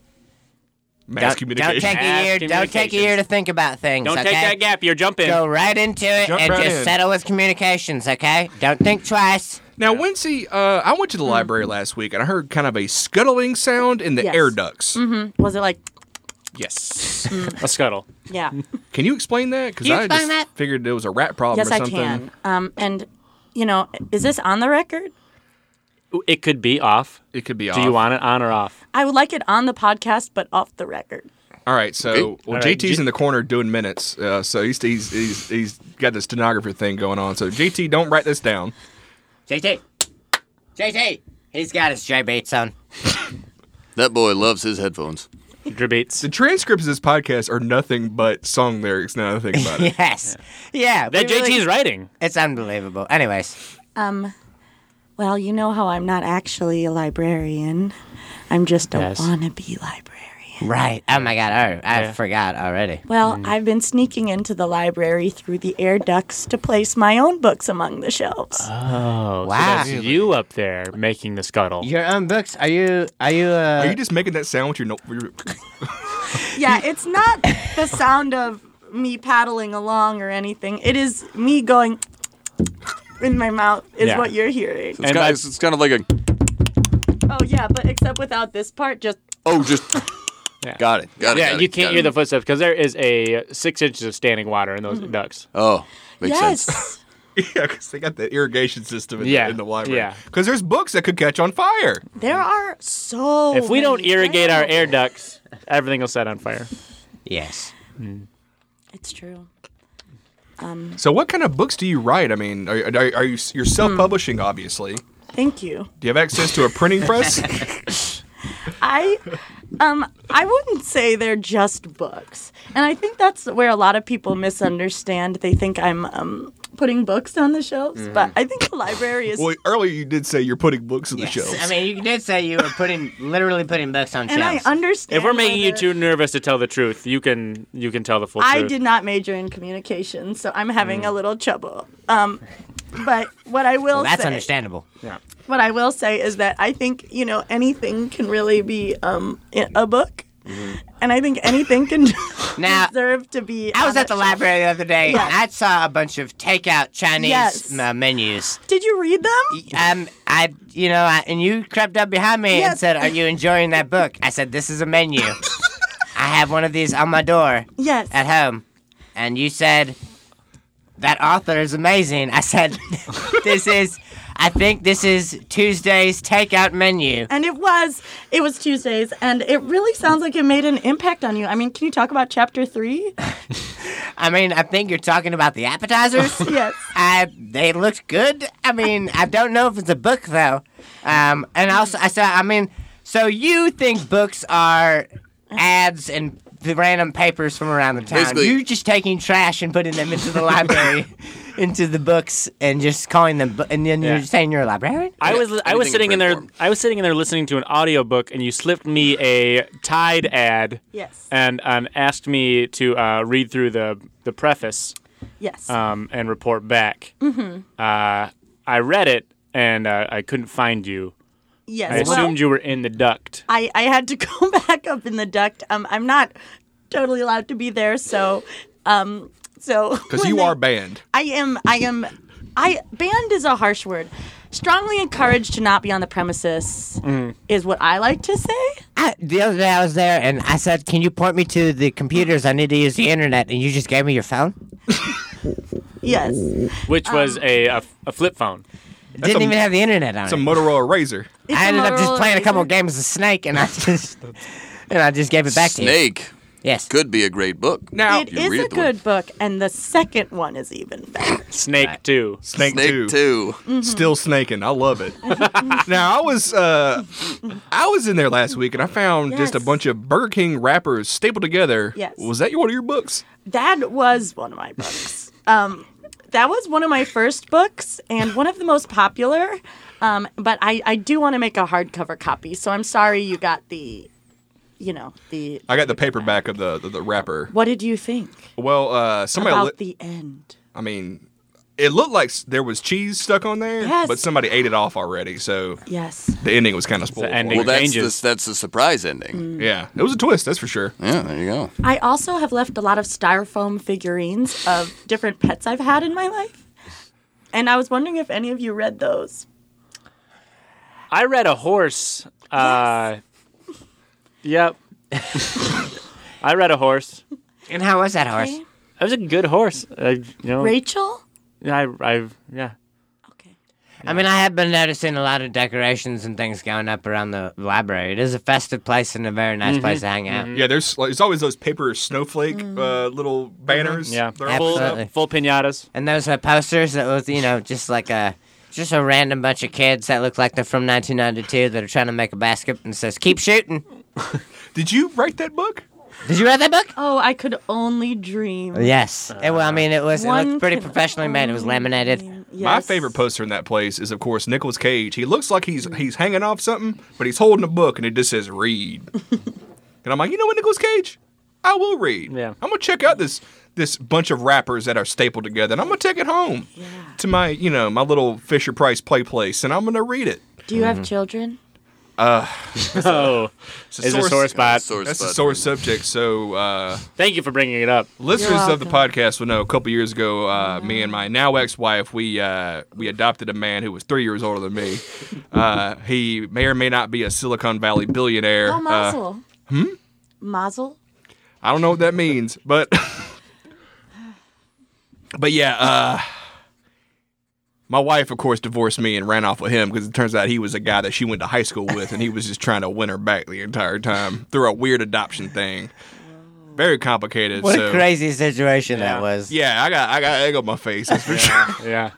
Speaker 2: Mass
Speaker 4: don't,
Speaker 2: communication.
Speaker 4: don't take a
Speaker 3: Mass
Speaker 4: year. Don't take a year to think about things.
Speaker 3: Don't
Speaker 4: okay?
Speaker 3: take that gap year. Jump in.
Speaker 4: Go right into it
Speaker 2: Jump
Speaker 4: and
Speaker 2: right
Speaker 4: just
Speaker 2: in.
Speaker 4: settle with communications. Okay, don't think twice.
Speaker 2: Now, Wincy, uh, I went to the
Speaker 4: Mm-hmm.
Speaker 2: library last week and I heard kind of a scuttling sound in the
Speaker 5: Yes.
Speaker 2: air ducts.
Speaker 4: Mm-hmm.
Speaker 5: Was it like?
Speaker 2: Yes.
Speaker 3: A scuttle.
Speaker 5: Yeah.
Speaker 2: Can you explain that? Because
Speaker 4: Can you
Speaker 2: I
Speaker 4: explain
Speaker 2: just
Speaker 4: that?
Speaker 2: figured it was a rat problem
Speaker 5: yes,
Speaker 2: or
Speaker 5: I
Speaker 2: something.
Speaker 5: can. Um, and you know, is this on the record?
Speaker 3: It could be off.
Speaker 2: It could be
Speaker 3: Do you want it on or off?
Speaker 5: I would like it on the podcast, but off the record.
Speaker 2: All right, so well,
Speaker 3: right,
Speaker 2: JT's
Speaker 3: J-
Speaker 2: in the corner doing minutes, uh, so he's, he's he's he's got the stenographer thing going on. So JT, don't write this down.
Speaker 4: JT, JT, he's got his J Bates on.
Speaker 1: That boy loves his headphones.
Speaker 3: Drabeats.
Speaker 2: The transcripts of this podcast are nothing but song lyrics. Now that I think about it,
Speaker 4: Yes, yeah.
Speaker 3: That
Speaker 4: we really-
Speaker 3: JT's writing.
Speaker 4: It's unbelievable. Anyways,
Speaker 5: Um, well, you know how I'm not actually a librarian. I'm just a
Speaker 3: Yes.
Speaker 5: wannabe librarian.
Speaker 4: right? Oh my God! Oh, I
Speaker 3: Yeah.
Speaker 4: forgot already.
Speaker 5: Well, I've been sneaking into the library through the air ducts to place my own books among the shelves.
Speaker 3: Oh,
Speaker 4: Wow.
Speaker 3: So that's you up there making the scuttle.
Speaker 4: Your own books? Are you? Are you? Uh,
Speaker 2: are you just making that sound with your? No- your-
Speaker 5: yeah, it's not the sound of me paddling along or anything. It is me going in my mouth is
Speaker 3: Yeah.
Speaker 5: what you're hearing.
Speaker 1: It's,
Speaker 3: And
Speaker 1: kind
Speaker 3: by-
Speaker 1: of, it's, it's kind of like a.
Speaker 5: Oh yeah, but except without this part, just
Speaker 1: Oh, just.
Speaker 3: Yeah.
Speaker 1: Got it. Got it.
Speaker 3: Yeah,
Speaker 1: got it,
Speaker 3: you can't
Speaker 1: got
Speaker 3: hear
Speaker 1: it.
Speaker 3: the footsteps because there is a six inches of standing water in those
Speaker 5: Hmm.
Speaker 3: ducks.
Speaker 1: Oh, makes
Speaker 5: yes.
Speaker 1: sense.
Speaker 2: yeah, because they got the irrigation system in,
Speaker 3: Yeah,
Speaker 2: the, in the library.
Speaker 3: yeah.
Speaker 2: because there's books that could catch on fire.
Speaker 5: There are so.
Speaker 3: If we don't
Speaker 5: many
Speaker 3: irrigate our air
Speaker 5: animals.
Speaker 3: ducts, everything will set on fire.
Speaker 4: yes.
Speaker 5: it's true.
Speaker 2: So, what kind of books do you write? I mean, are, are, are you you're
Speaker 3: Hmm.
Speaker 2: self-publishing? Obviously, do
Speaker 5: Thank you.
Speaker 2: you have access to a printing press?
Speaker 5: I, um, I wouldn't say they're just books, and I think that's where a lot of people misunderstand. They think I'm um putting books on the shelves,
Speaker 3: Mm-hmm.
Speaker 5: but I think the library is.
Speaker 2: well, earlier you did say you're putting books on the shelves.
Speaker 4: I mean, you did say you were putting, literally putting books on
Speaker 5: and I
Speaker 4: shelves.
Speaker 5: understand.
Speaker 3: If we're making
Speaker 5: where
Speaker 3: you too
Speaker 5: they're-
Speaker 3: nervous to tell the truth, you can you can tell the full
Speaker 5: I
Speaker 3: truth.
Speaker 5: did not major in communication, so I'm having a little trouble. Um, but what I
Speaker 4: Mm.
Speaker 5: will
Speaker 4: well, that's
Speaker 5: say,
Speaker 4: understandable.
Speaker 5: what I will say is that I think you know anything can really be um i- a book,
Speaker 4: Mm-hmm.
Speaker 5: and I think anything can
Speaker 4: Now,
Speaker 5: deserve to be.
Speaker 4: I was
Speaker 5: on
Speaker 4: at the
Speaker 5: a shelf.
Speaker 4: library the other day
Speaker 5: Yeah.
Speaker 4: and I saw a bunch of takeout Chinese
Speaker 5: Yes.
Speaker 4: uh, menus.
Speaker 5: Did you read them?
Speaker 4: Um, I, you know, I, and you crept up behind me and
Speaker 5: Yes.
Speaker 4: said, "Are you enjoying that book?" I said, "This is a menu. I have one of these on my door
Speaker 5: Yes.
Speaker 4: at home," and you said, "That author is amazing." I said, "This is." I think this is Tuesday's takeout menu.
Speaker 5: And it was it was Tuesdays, and it really sounds like it made an impact on you. I mean, can you talk about chapter three?
Speaker 4: I mean, I think you're talking about the appetizers.
Speaker 5: yes.
Speaker 4: I, they looked good. I mean, I don't know if it's a book though. Um, and also, I saw. I mean, so you think books are ads and the random papers from around the town?
Speaker 1: Basically-
Speaker 4: You're just taking trash and putting them into the library, into the books, and just calling them. Bu- and then
Speaker 3: Yeah.
Speaker 4: you're saying you're a librarian.
Speaker 3: I was I was
Speaker 1: Anything
Speaker 3: sitting in
Speaker 1: in
Speaker 3: there
Speaker 1: print
Speaker 3: I was sitting in there listening to an audiobook and you slipped me a Tide ad.
Speaker 5: Yes.
Speaker 3: And and asked me to uh, read through the the preface
Speaker 5: Yes.
Speaker 4: Uh,
Speaker 3: um, and report back. Mm-hmm. Uh, I read it and uh, I couldn't find you.
Speaker 5: yes.
Speaker 3: I assumed you were in the duct.
Speaker 5: I, I had to go back up in the duct. Um, I'm not totally allowed to be there, so um, so
Speaker 2: Because
Speaker 5: when
Speaker 2: you
Speaker 5: they-
Speaker 2: are banned.
Speaker 5: I am. I am. I banned is a harsh word. Strongly encouraged to not be on the premises
Speaker 1: Mm.
Speaker 5: is what I like to say.
Speaker 4: I, the other day I was there and I said, "Can you point me to the computers? I need to use the internet." And you just gave me your phone.
Speaker 5: Yes.
Speaker 3: which was a, a, a flip phone.
Speaker 4: Didn't
Speaker 2: a-
Speaker 4: even have the internet on
Speaker 2: It's a
Speaker 4: it.
Speaker 2: Motorola Razor.
Speaker 5: It's
Speaker 4: I
Speaker 5: a
Speaker 4: ended up just
Speaker 5: Motorola
Speaker 4: playing a couple
Speaker 5: Razr.
Speaker 4: games of Snake, and I just and I just gave it back to you.
Speaker 1: Snake
Speaker 4: Yes.
Speaker 1: could be a great book.
Speaker 2: Now,
Speaker 5: It
Speaker 1: You
Speaker 5: is
Speaker 1: read
Speaker 5: a
Speaker 1: it the way-
Speaker 5: good book, and the second one is even better.
Speaker 3: Snake too.
Speaker 2: Snake,
Speaker 1: Snake
Speaker 2: two.
Speaker 1: too.
Speaker 2: Still snaking. I love it. now I was uh I was in there last week and I found just a
Speaker 5: Yes.
Speaker 2: bunch of Burger King wrappers stapled together.
Speaker 5: Yes.
Speaker 2: Was that one of your books?
Speaker 5: That was one of my books. Um, that was one of my first books and one of the most popular. Um, but I, I do want to make a hardcover copy, so I'm sorry you got the, you know, the.
Speaker 2: I got the paperback of the the, the wrapper.
Speaker 5: What did you think
Speaker 2: Well, uh somebody
Speaker 5: about
Speaker 2: li-
Speaker 5: the end?
Speaker 2: I mean, it looked like s- there was cheese stuck on there,
Speaker 5: Yes.
Speaker 2: but somebody ate it off already, so
Speaker 5: Yes.
Speaker 2: the ending was kind of spoiled. for
Speaker 3: ending.
Speaker 2: me.
Speaker 1: Well, that's
Speaker 3: Changes.
Speaker 1: the, that's the surprise
Speaker 5: Mm.
Speaker 1: ending.
Speaker 2: yeah, it was a twist, that's for sure.
Speaker 1: Yeah, there you go.
Speaker 5: I also have left a lot of styrofoam figurines of different pets I've had in my life. And I was wondering if any of you read those.
Speaker 3: I read a horse. Uh, Yep. I read a horse.
Speaker 4: And how was that horse?
Speaker 5: Okay.
Speaker 3: It was a good horse. I, you
Speaker 4: Oh.
Speaker 3: know,
Speaker 5: Rachel?
Speaker 3: I, I, yeah.
Speaker 5: Okay.
Speaker 4: I mean, I have been noticing a lot of decorations and things going up around the library. It is a festive place and a very nice place to
Speaker 5: Mm-hmm.
Speaker 4: hang out.
Speaker 2: Yeah, there's like, there's always those paper snowflake uh, little banners.
Speaker 3: Yeah,
Speaker 2: They're all
Speaker 3: full,
Speaker 2: set up.
Speaker 4: Absolutely.
Speaker 3: full pinatas.
Speaker 4: And those are posters that was, you know, just like a just a random bunch of kids that look like they're from 1992 that are trying to make a basket and says, "Keep shooting."
Speaker 2: Did you write that book?
Speaker 4: Did you read that book?
Speaker 5: Oh, I could only dream.
Speaker 4: Yes. well, I mean, it was it
Speaker 5: One
Speaker 4: looked pretty
Speaker 5: can
Speaker 4: professionally made. It was laminated.
Speaker 2: My
Speaker 5: Yes.
Speaker 2: favorite poster in that place is, of course, Nicolas Cage. He looks like he's he's hanging off something, but he's holding a book and it just says "read." and I'm like, you know what, Nicolas Cage, I will read.
Speaker 3: Yeah.
Speaker 2: I'm gonna check out this this bunch of wrappers that are stapled together, and I'm gonna take it home to my you know my little Fisher Price play place, and I'm gonna read it.
Speaker 5: Do you have children?
Speaker 3: Oh,
Speaker 2: It's
Speaker 3: is a sore spot.
Speaker 1: Source
Speaker 2: That's a
Speaker 1: spot.
Speaker 2: sore subject. So uh,
Speaker 3: Thank you for bringing it up.
Speaker 2: listeners of the
Speaker 5: welcome.
Speaker 2: podcast will know. A couple years ago, uh, me and my now ex-wife, we uh, we adopted a man who was three years older than me. Uh, he may or may not be a Silicon Valley billionaire.
Speaker 5: Oh,
Speaker 2: Uh,
Speaker 5: Mazel. hmm? Mazel?
Speaker 2: I don't know what that means, but but yeah. Uh, my wife, of course, divorced me and ran off with him because it turns out he was a guy that she went to high school with, and he was just trying to win her back the entire time through a weird adoption thing. Very complicated.
Speaker 4: What
Speaker 2: so.
Speaker 4: a crazy situation that was.
Speaker 2: Yeah, I got I got egg on my face. That's for sure.
Speaker 3: Yeah.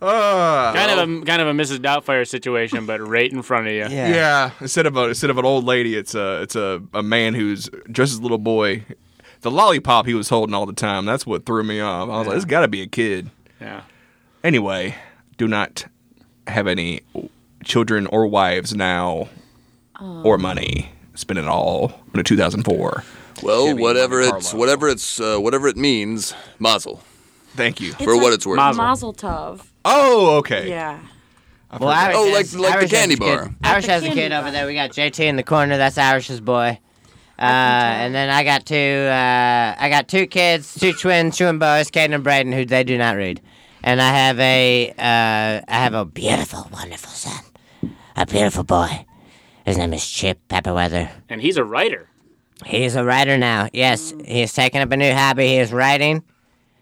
Speaker 2: Uh,
Speaker 3: Kind of a kind of a Mrs. Doubtfire situation, but right in front of you.
Speaker 4: Yeah.
Speaker 2: yeah. Instead of a instead of an old lady, it's a it's a, a man who's dressed as a little boy. The lollipop he was holding all the time. That's what threw me off. I was like, it's got to be a kid.
Speaker 3: Yeah.
Speaker 2: Anyway, do not have any children or wives now, or
Speaker 4: Um.
Speaker 2: money. Spend it all in 2004.
Speaker 1: Well,
Speaker 2: Chevy
Speaker 1: whatever
Speaker 2: Monte
Speaker 1: it's
Speaker 2: Carlo.
Speaker 1: whatever it's uh, whatever it means, mazel
Speaker 2: Thank you.
Speaker 1: for what it's worth.
Speaker 3: Mazel.
Speaker 5: Mazel tov.
Speaker 2: Oh, okay.
Speaker 5: Yeah.
Speaker 4: Well, Irish
Speaker 1: Oh, like-
Speaker 4: has-
Speaker 1: like the
Speaker 4: Irish has
Speaker 1: candy
Speaker 4: a kid-
Speaker 1: bar.
Speaker 4: Irish
Speaker 5: the
Speaker 4: has a
Speaker 5: candy
Speaker 4: kid over
Speaker 5: bar.
Speaker 4: there. We got JT in the corner. That's Irish's boy. Uh, and then I got two. Uh, I got two kids, two twins, two boys, Caden and Braden, who they do not read. And I have a. Uh, I have a beautiful, wonderful son, a beautiful boy. His name is Chip Pepperweather.
Speaker 3: And he's a writer.
Speaker 4: He is a writer now. Yes, he is taking up a new hobby. He is writing.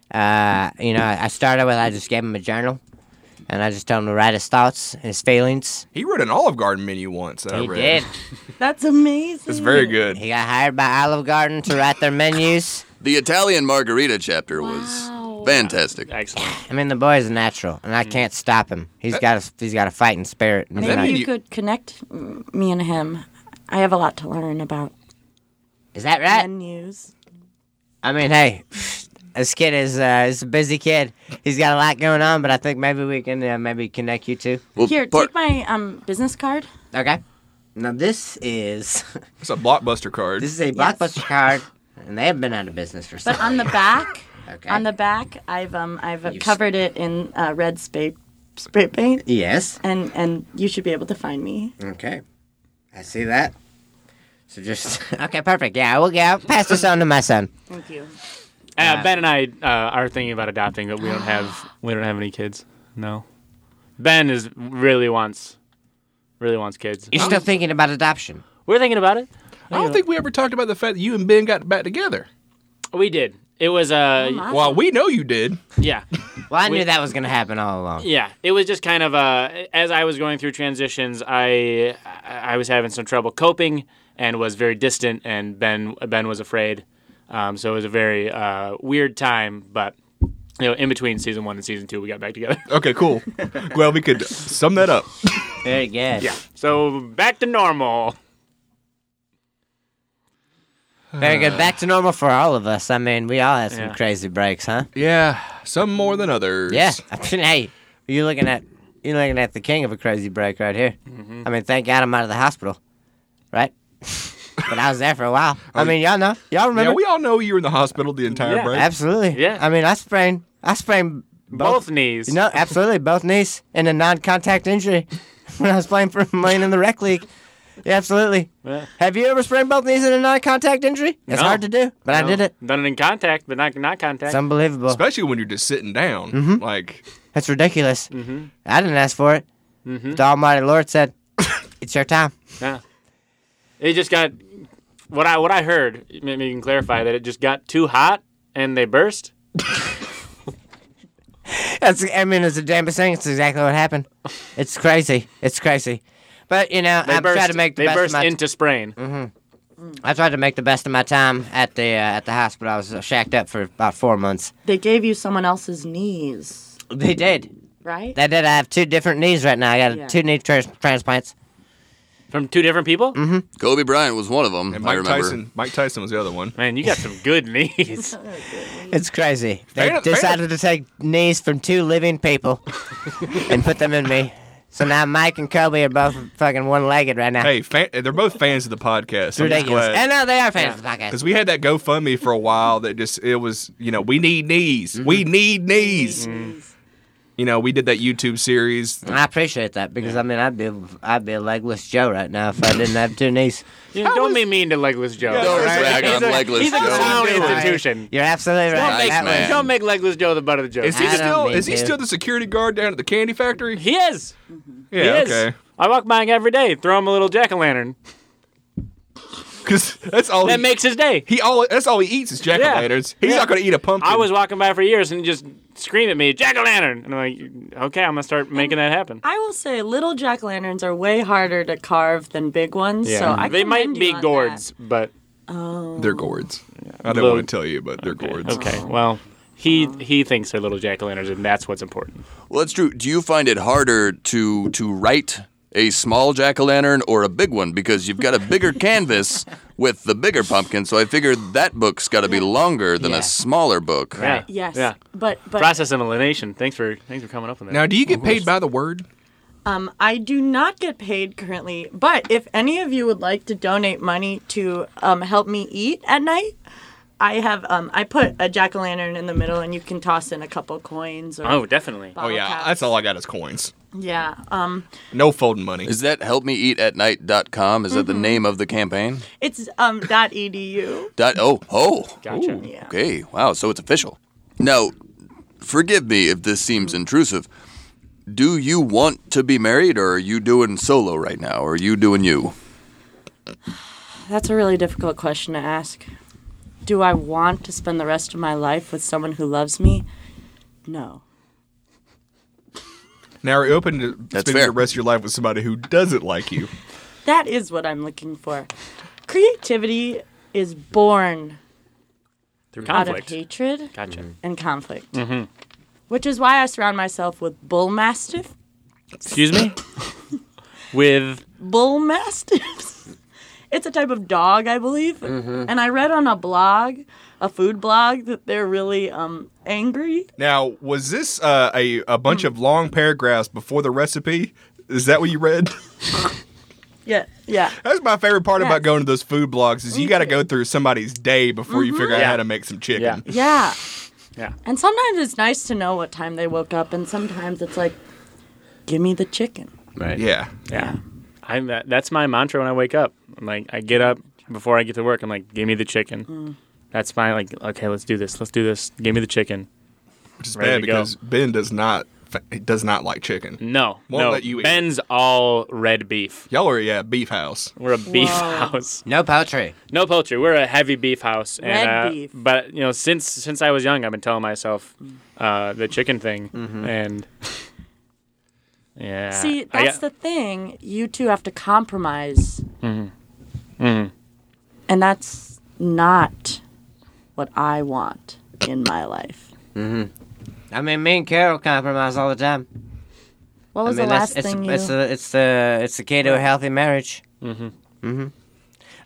Speaker 4: Uh, you know, I started with I just gave him a journal, and I just tell him to write his thoughts, his feelings.
Speaker 2: He wrote an Olive Garden menu once. I
Speaker 4: He
Speaker 2: read.
Speaker 4: did.
Speaker 5: That's amazing.
Speaker 2: It's very good.
Speaker 4: He got hired by Olive Garden to write their menus.
Speaker 1: The Italian margarita chapter
Speaker 5: Wow.
Speaker 1: was fantastic.
Speaker 3: Excellent.
Speaker 4: I mean, the boy is a natural, and I can't stop him. He's got a, he's got a fighting spirit. and he's
Speaker 5: Maybe
Speaker 4: like-
Speaker 5: you
Speaker 2: you-
Speaker 5: could connect m- me and him. I have a lot to learn about
Speaker 4: is that right?
Speaker 5: menus.
Speaker 4: I mean, hey, this kid is uh, is a busy kid. He's got a lot going on, but I think maybe we can uh, maybe connect you two.
Speaker 1: Well,
Speaker 5: Here,
Speaker 1: part-
Speaker 5: take my um business card.
Speaker 4: Okay. Now this is
Speaker 2: It's a blockbuster card.
Speaker 4: this is a blockbuster card, and they have been out of business for some.
Speaker 5: But on the back,
Speaker 4: Okay.
Speaker 5: on the back, I've um I've uh,
Speaker 4: You s-
Speaker 5: covered it in uh, red spray spray paint,
Speaker 4: yes.
Speaker 5: and and you should be able to find me.
Speaker 4: Okay. I see that. So just okay, perfect. Yeah, we'll yeah, I'll pass this on to my son.
Speaker 5: Thank you.
Speaker 3: Uh, ben and I uh, are thinking about adopting, but we don't have we don't have any kids. No. Ben is really wants really wants kids.
Speaker 4: You're still thinking about adoption.
Speaker 3: We're thinking about it.
Speaker 2: I don't think we ever talked about the fact that you and Ben got back together.
Speaker 3: We did. It was uh
Speaker 5: my.
Speaker 2: Well, we know you did.
Speaker 3: yeah.
Speaker 4: Well, I knew that was gonna happen all along.
Speaker 3: Yeah, it was just kind of uh, as I was going through transitions, I I I was having some trouble coping and was very distant, and Ben Ben was afraid, um, so it was a very uh, weird time. But you know, in between season one and season two, we got back together.
Speaker 2: Okay, cool. well, we could sum that up.
Speaker 4: Very good.
Speaker 3: yeah, so back to normal.
Speaker 4: Very good. Back to normal for all of us. I mean, we all had some
Speaker 3: Yeah.
Speaker 4: crazy breaks, huh?
Speaker 2: Yeah, some more than others.
Speaker 4: Yeah. I mean, hey, you looking at you looking at the king of a crazy break right here.
Speaker 3: Mm-hmm.
Speaker 4: I mean, thank God I'm out of the hospital, right? but I was there for a while. I mean, y'all know, y'all remember?
Speaker 2: Yeah, we all know you were in the hospital the entire
Speaker 3: Yeah.
Speaker 2: break.
Speaker 4: absolutely.
Speaker 3: Yeah.
Speaker 4: I mean, I sprained, I sprained
Speaker 3: Both knees.
Speaker 4: You know, absolutely, both knees in a non-contact injury when I was playing for Lane in the rec league. Yeah, absolutely.
Speaker 3: Yeah.
Speaker 4: Have you ever sprained both knees in a non-contact injury? It's
Speaker 3: No.
Speaker 4: hard to do, but I did it.
Speaker 3: Done it in contact, but not not contact.
Speaker 4: It's unbelievable.
Speaker 2: Especially when you're just sitting down.
Speaker 3: Mm-hmm.
Speaker 2: Like,
Speaker 4: That's ridiculous. I didn't ask for it.
Speaker 3: Mm-hmm.
Speaker 4: The Almighty Lord said, "It's your time."
Speaker 3: yeah. It just got what I what I heard. Maybe you can clarify that it just got too hot and they burst.
Speaker 4: That's, I mean, it's the damnest thing. It's exactly what happened. It's crazy. It's crazy. But you know,
Speaker 3: They
Speaker 4: I'm
Speaker 3: burst.
Speaker 4: trying to make the
Speaker 3: they
Speaker 4: best
Speaker 3: burst
Speaker 4: of my. Mm-hmm.
Speaker 3: into sprain.
Speaker 4: I tried to make the best of my time at the uh, at the hospital. I was uh, shacked up for about four months.
Speaker 5: They gave you someone else's knees,
Speaker 4: They did.
Speaker 5: right?
Speaker 4: They did. I have two different knees right now. I got
Speaker 5: Yeah.
Speaker 4: two knee trans transplants.
Speaker 3: From two different people? Mm-hmm.
Speaker 1: Kobe Bryant was one of them.
Speaker 2: and
Speaker 1: I
Speaker 2: Mike
Speaker 1: remember.
Speaker 2: Tyson. Mike Tyson was the other one.
Speaker 3: Man, you got some good knees.
Speaker 4: It's crazy. They
Speaker 2: Fair- fair-
Speaker 4: decided to take knees from two living people and put them in me. So now Mike and Kobe are both fucking one-legged right now.
Speaker 2: Hey, fan, they're both fans of the podcast. I'm just
Speaker 4: ridiculous.
Speaker 2: glad.
Speaker 4: And no, they are fans of the
Speaker 3: uh,
Speaker 4: podcast.
Speaker 2: Because we had that GoFundMe for a while that just, it was, you know, we need knees.
Speaker 3: Mm-hmm.
Speaker 2: We need knees. You know, we did that YouTube series.
Speaker 4: I appreciate that because I mean I'd be I'd be a legless Joe right now if I didn't have two knees.
Speaker 3: You don't be mean to legless Joe.
Speaker 1: Don't
Speaker 2: Right.
Speaker 1: rag
Speaker 3: He's
Speaker 1: on
Speaker 3: a-
Speaker 1: legless
Speaker 3: he's a
Speaker 1: Joe.
Speaker 3: clown
Speaker 4: Don't do it.
Speaker 3: institution.
Speaker 4: You're absolutely right.
Speaker 1: Nice
Speaker 4: That
Speaker 1: man.
Speaker 4: was-
Speaker 3: Don't make legless Joe the butt of the joke.
Speaker 2: Is he
Speaker 4: I don't
Speaker 2: still
Speaker 4: mean
Speaker 2: is he
Speaker 4: to.
Speaker 2: still the security guard down at the candy factory?
Speaker 3: he is.
Speaker 2: Yeah,
Speaker 3: he is.
Speaker 2: okay.
Speaker 3: I walk by him every day, throw him a little jack o' lantern.
Speaker 2: Because that's all
Speaker 3: That
Speaker 2: he,
Speaker 3: makes his day.
Speaker 2: he all that's all he eats is jack o' lanterns. He's
Speaker 3: Yeah.
Speaker 2: not going to eat a pumpkin.
Speaker 3: I was walking by for years and he just scream at me, jack o' lantern. And I'm like, okay, I'm going to start making that happen.
Speaker 5: I will say, little jack lanterns are way harder to carve than big ones. So I
Speaker 3: they might
Speaker 5: commend
Speaker 3: be
Speaker 5: you on
Speaker 3: gourds, but
Speaker 2: They're gourds. I don't
Speaker 3: Look.
Speaker 2: want to tell you, but they're gourds.
Speaker 3: okay. Well, he he thinks they're little jack o' lanterns, and that's what's important.
Speaker 1: Well, that's true. Do you find it harder to to write a small jack o' lantern or a big one because you've got a bigger canvas with the bigger pumpkin? So I figured that book's got to be longer than
Speaker 4: Yeah.
Speaker 1: a smaller book.
Speaker 3: Yeah.
Speaker 5: that. Yes.
Speaker 3: Yeah.
Speaker 5: But but
Speaker 3: Process of elimination. Thanks for thanks for coming up with that.
Speaker 2: Now, do you get paid by the word?
Speaker 5: Um, I do not get paid currently, but if any of you would like to donate money to um, help me eat at night, I have um, I put a jack o' lantern in the middle, and you can toss in a couple coins. Or
Speaker 3: oh, definitely.
Speaker 2: Oh yeah, that's all I got is coins.
Speaker 5: Yeah. Um,
Speaker 2: No folding money.
Speaker 1: Is that helpmeeatatnight.com? Is that the
Speaker 5: Mm-hmm.
Speaker 1: name of the campaign?
Speaker 5: it's um dot edu.
Speaker 1: Dot, oh, oh.
Speaker 3: Gotcha.
Speaker 5: Yeah.
Speaker 1: Okay, wow, so it's official. Now, forgive me if this seems intrusive. Do you want to be married or are you doing solo right now? Or are you doing you?
Speaker 5: That's a really difficult question to ask. Do I want to spend the rest of my life with someone who loves me? No.
Speaker 2: Now are you open to spending
Speaker 1: fair.
Speaker 2: the rest of your life with somebody who doesn't like you?
Speaker 5: That is what I'm looking for. Creativity is born
Speaker 3: Through
Speaker 5: out of
Speaker 3: conflict.
Speaker 5: hatred
Speaker 3: Gotcha.
Speaker 2: Mm-hmm.
Speaker 5: and conflict, which is why I surround myself with bull mastiff,
Speaker 3: Excuse me? With
Speaker 5: bull mastiffs. it's a type of dog, I believe. And I read on a blog, a food blog, that they're really um, angry.
Speaker 2: Now, was this uh, a a bunch of long paragraphs before the recipe? Is that what you read?
Speaker 5: Yeah, yeah.
Speaker 2: That's my favorite part
Speaker 5: Yes.
Speaker 2: about going to those food blogs is you
Speaker 5: Me
Speaker 2: got to
Speaker 5: too.
Speaker 2: go through somebody's day before you figure out
Speaker 3: Mm-hmm. Yeah.
Speaker 2: how to make some chicken.
Speaker 3: Yeah.
Speaker 5: Yeah.
Speaker 3: Yeah.
Speaker 5: And sometimes it's nice to know what time they woke up, and sometimes it's like, give me the chicken.
Speaker 3: right.
Speaker 2: Yeah.
Speaker 3: Yeah. I'm that, that's my mantra when I wake up. I'm like I get up before I get to work. I'm like, give me the chicken.
Speaker 5: Mm.
Speaker 3: That's my like. Okay, let's do this. Let's do this. Give me the chicken.
Speaker 2: Which is
Speaker 3: Ready
Speaker 2: bad
Speaker 3: to go. Mm.
Speaker 2: because Ben does not fa- he does not like chicken.
Speaker 3: No,
Speaker 2: Won't
Speaker 3: no.
Speaker 2: let you eat.
Speaker 3: Ben's all red beef.
Speaker 2: Y'all are yeah, beef house.
Speaker 3: We're a beef
Speaker 5: Whoa.
Speaker 3: house.
Speaker 4: No poetry.
Speaker 3: No poultry. We're a heavy beef house.
Speaker 5: Red
Speaker 3: uh,
Speaker 5: beef.
Speaker 3: But you know, since since I was young, I've been telling myself uh, the chicken thing,
Speaker 4: Mm-hmm.
Speaker 3: and
Speaker 4: Uh,
Speaker 3: yeah.
Speaker 5: See,
Speaker 3: I
Speaker 5: that's
Speaker 3: got-
Speaker 5: the thing. You two have to compromise.
Speaker 4: Mm-hmm.
Speaker 5: And that's not what I want in my life.
Speaker 4: I mean, me and Carol compromise all the time.
Speaker 5: What was
Speaker 4: I mean,
Speaker 5: the last
Speaker 4: it's,
Speaker 5: thing you?
Speaker 4: it's the it's the it's the key to a healthy marriage. Mm-hmm. Mm-hmm.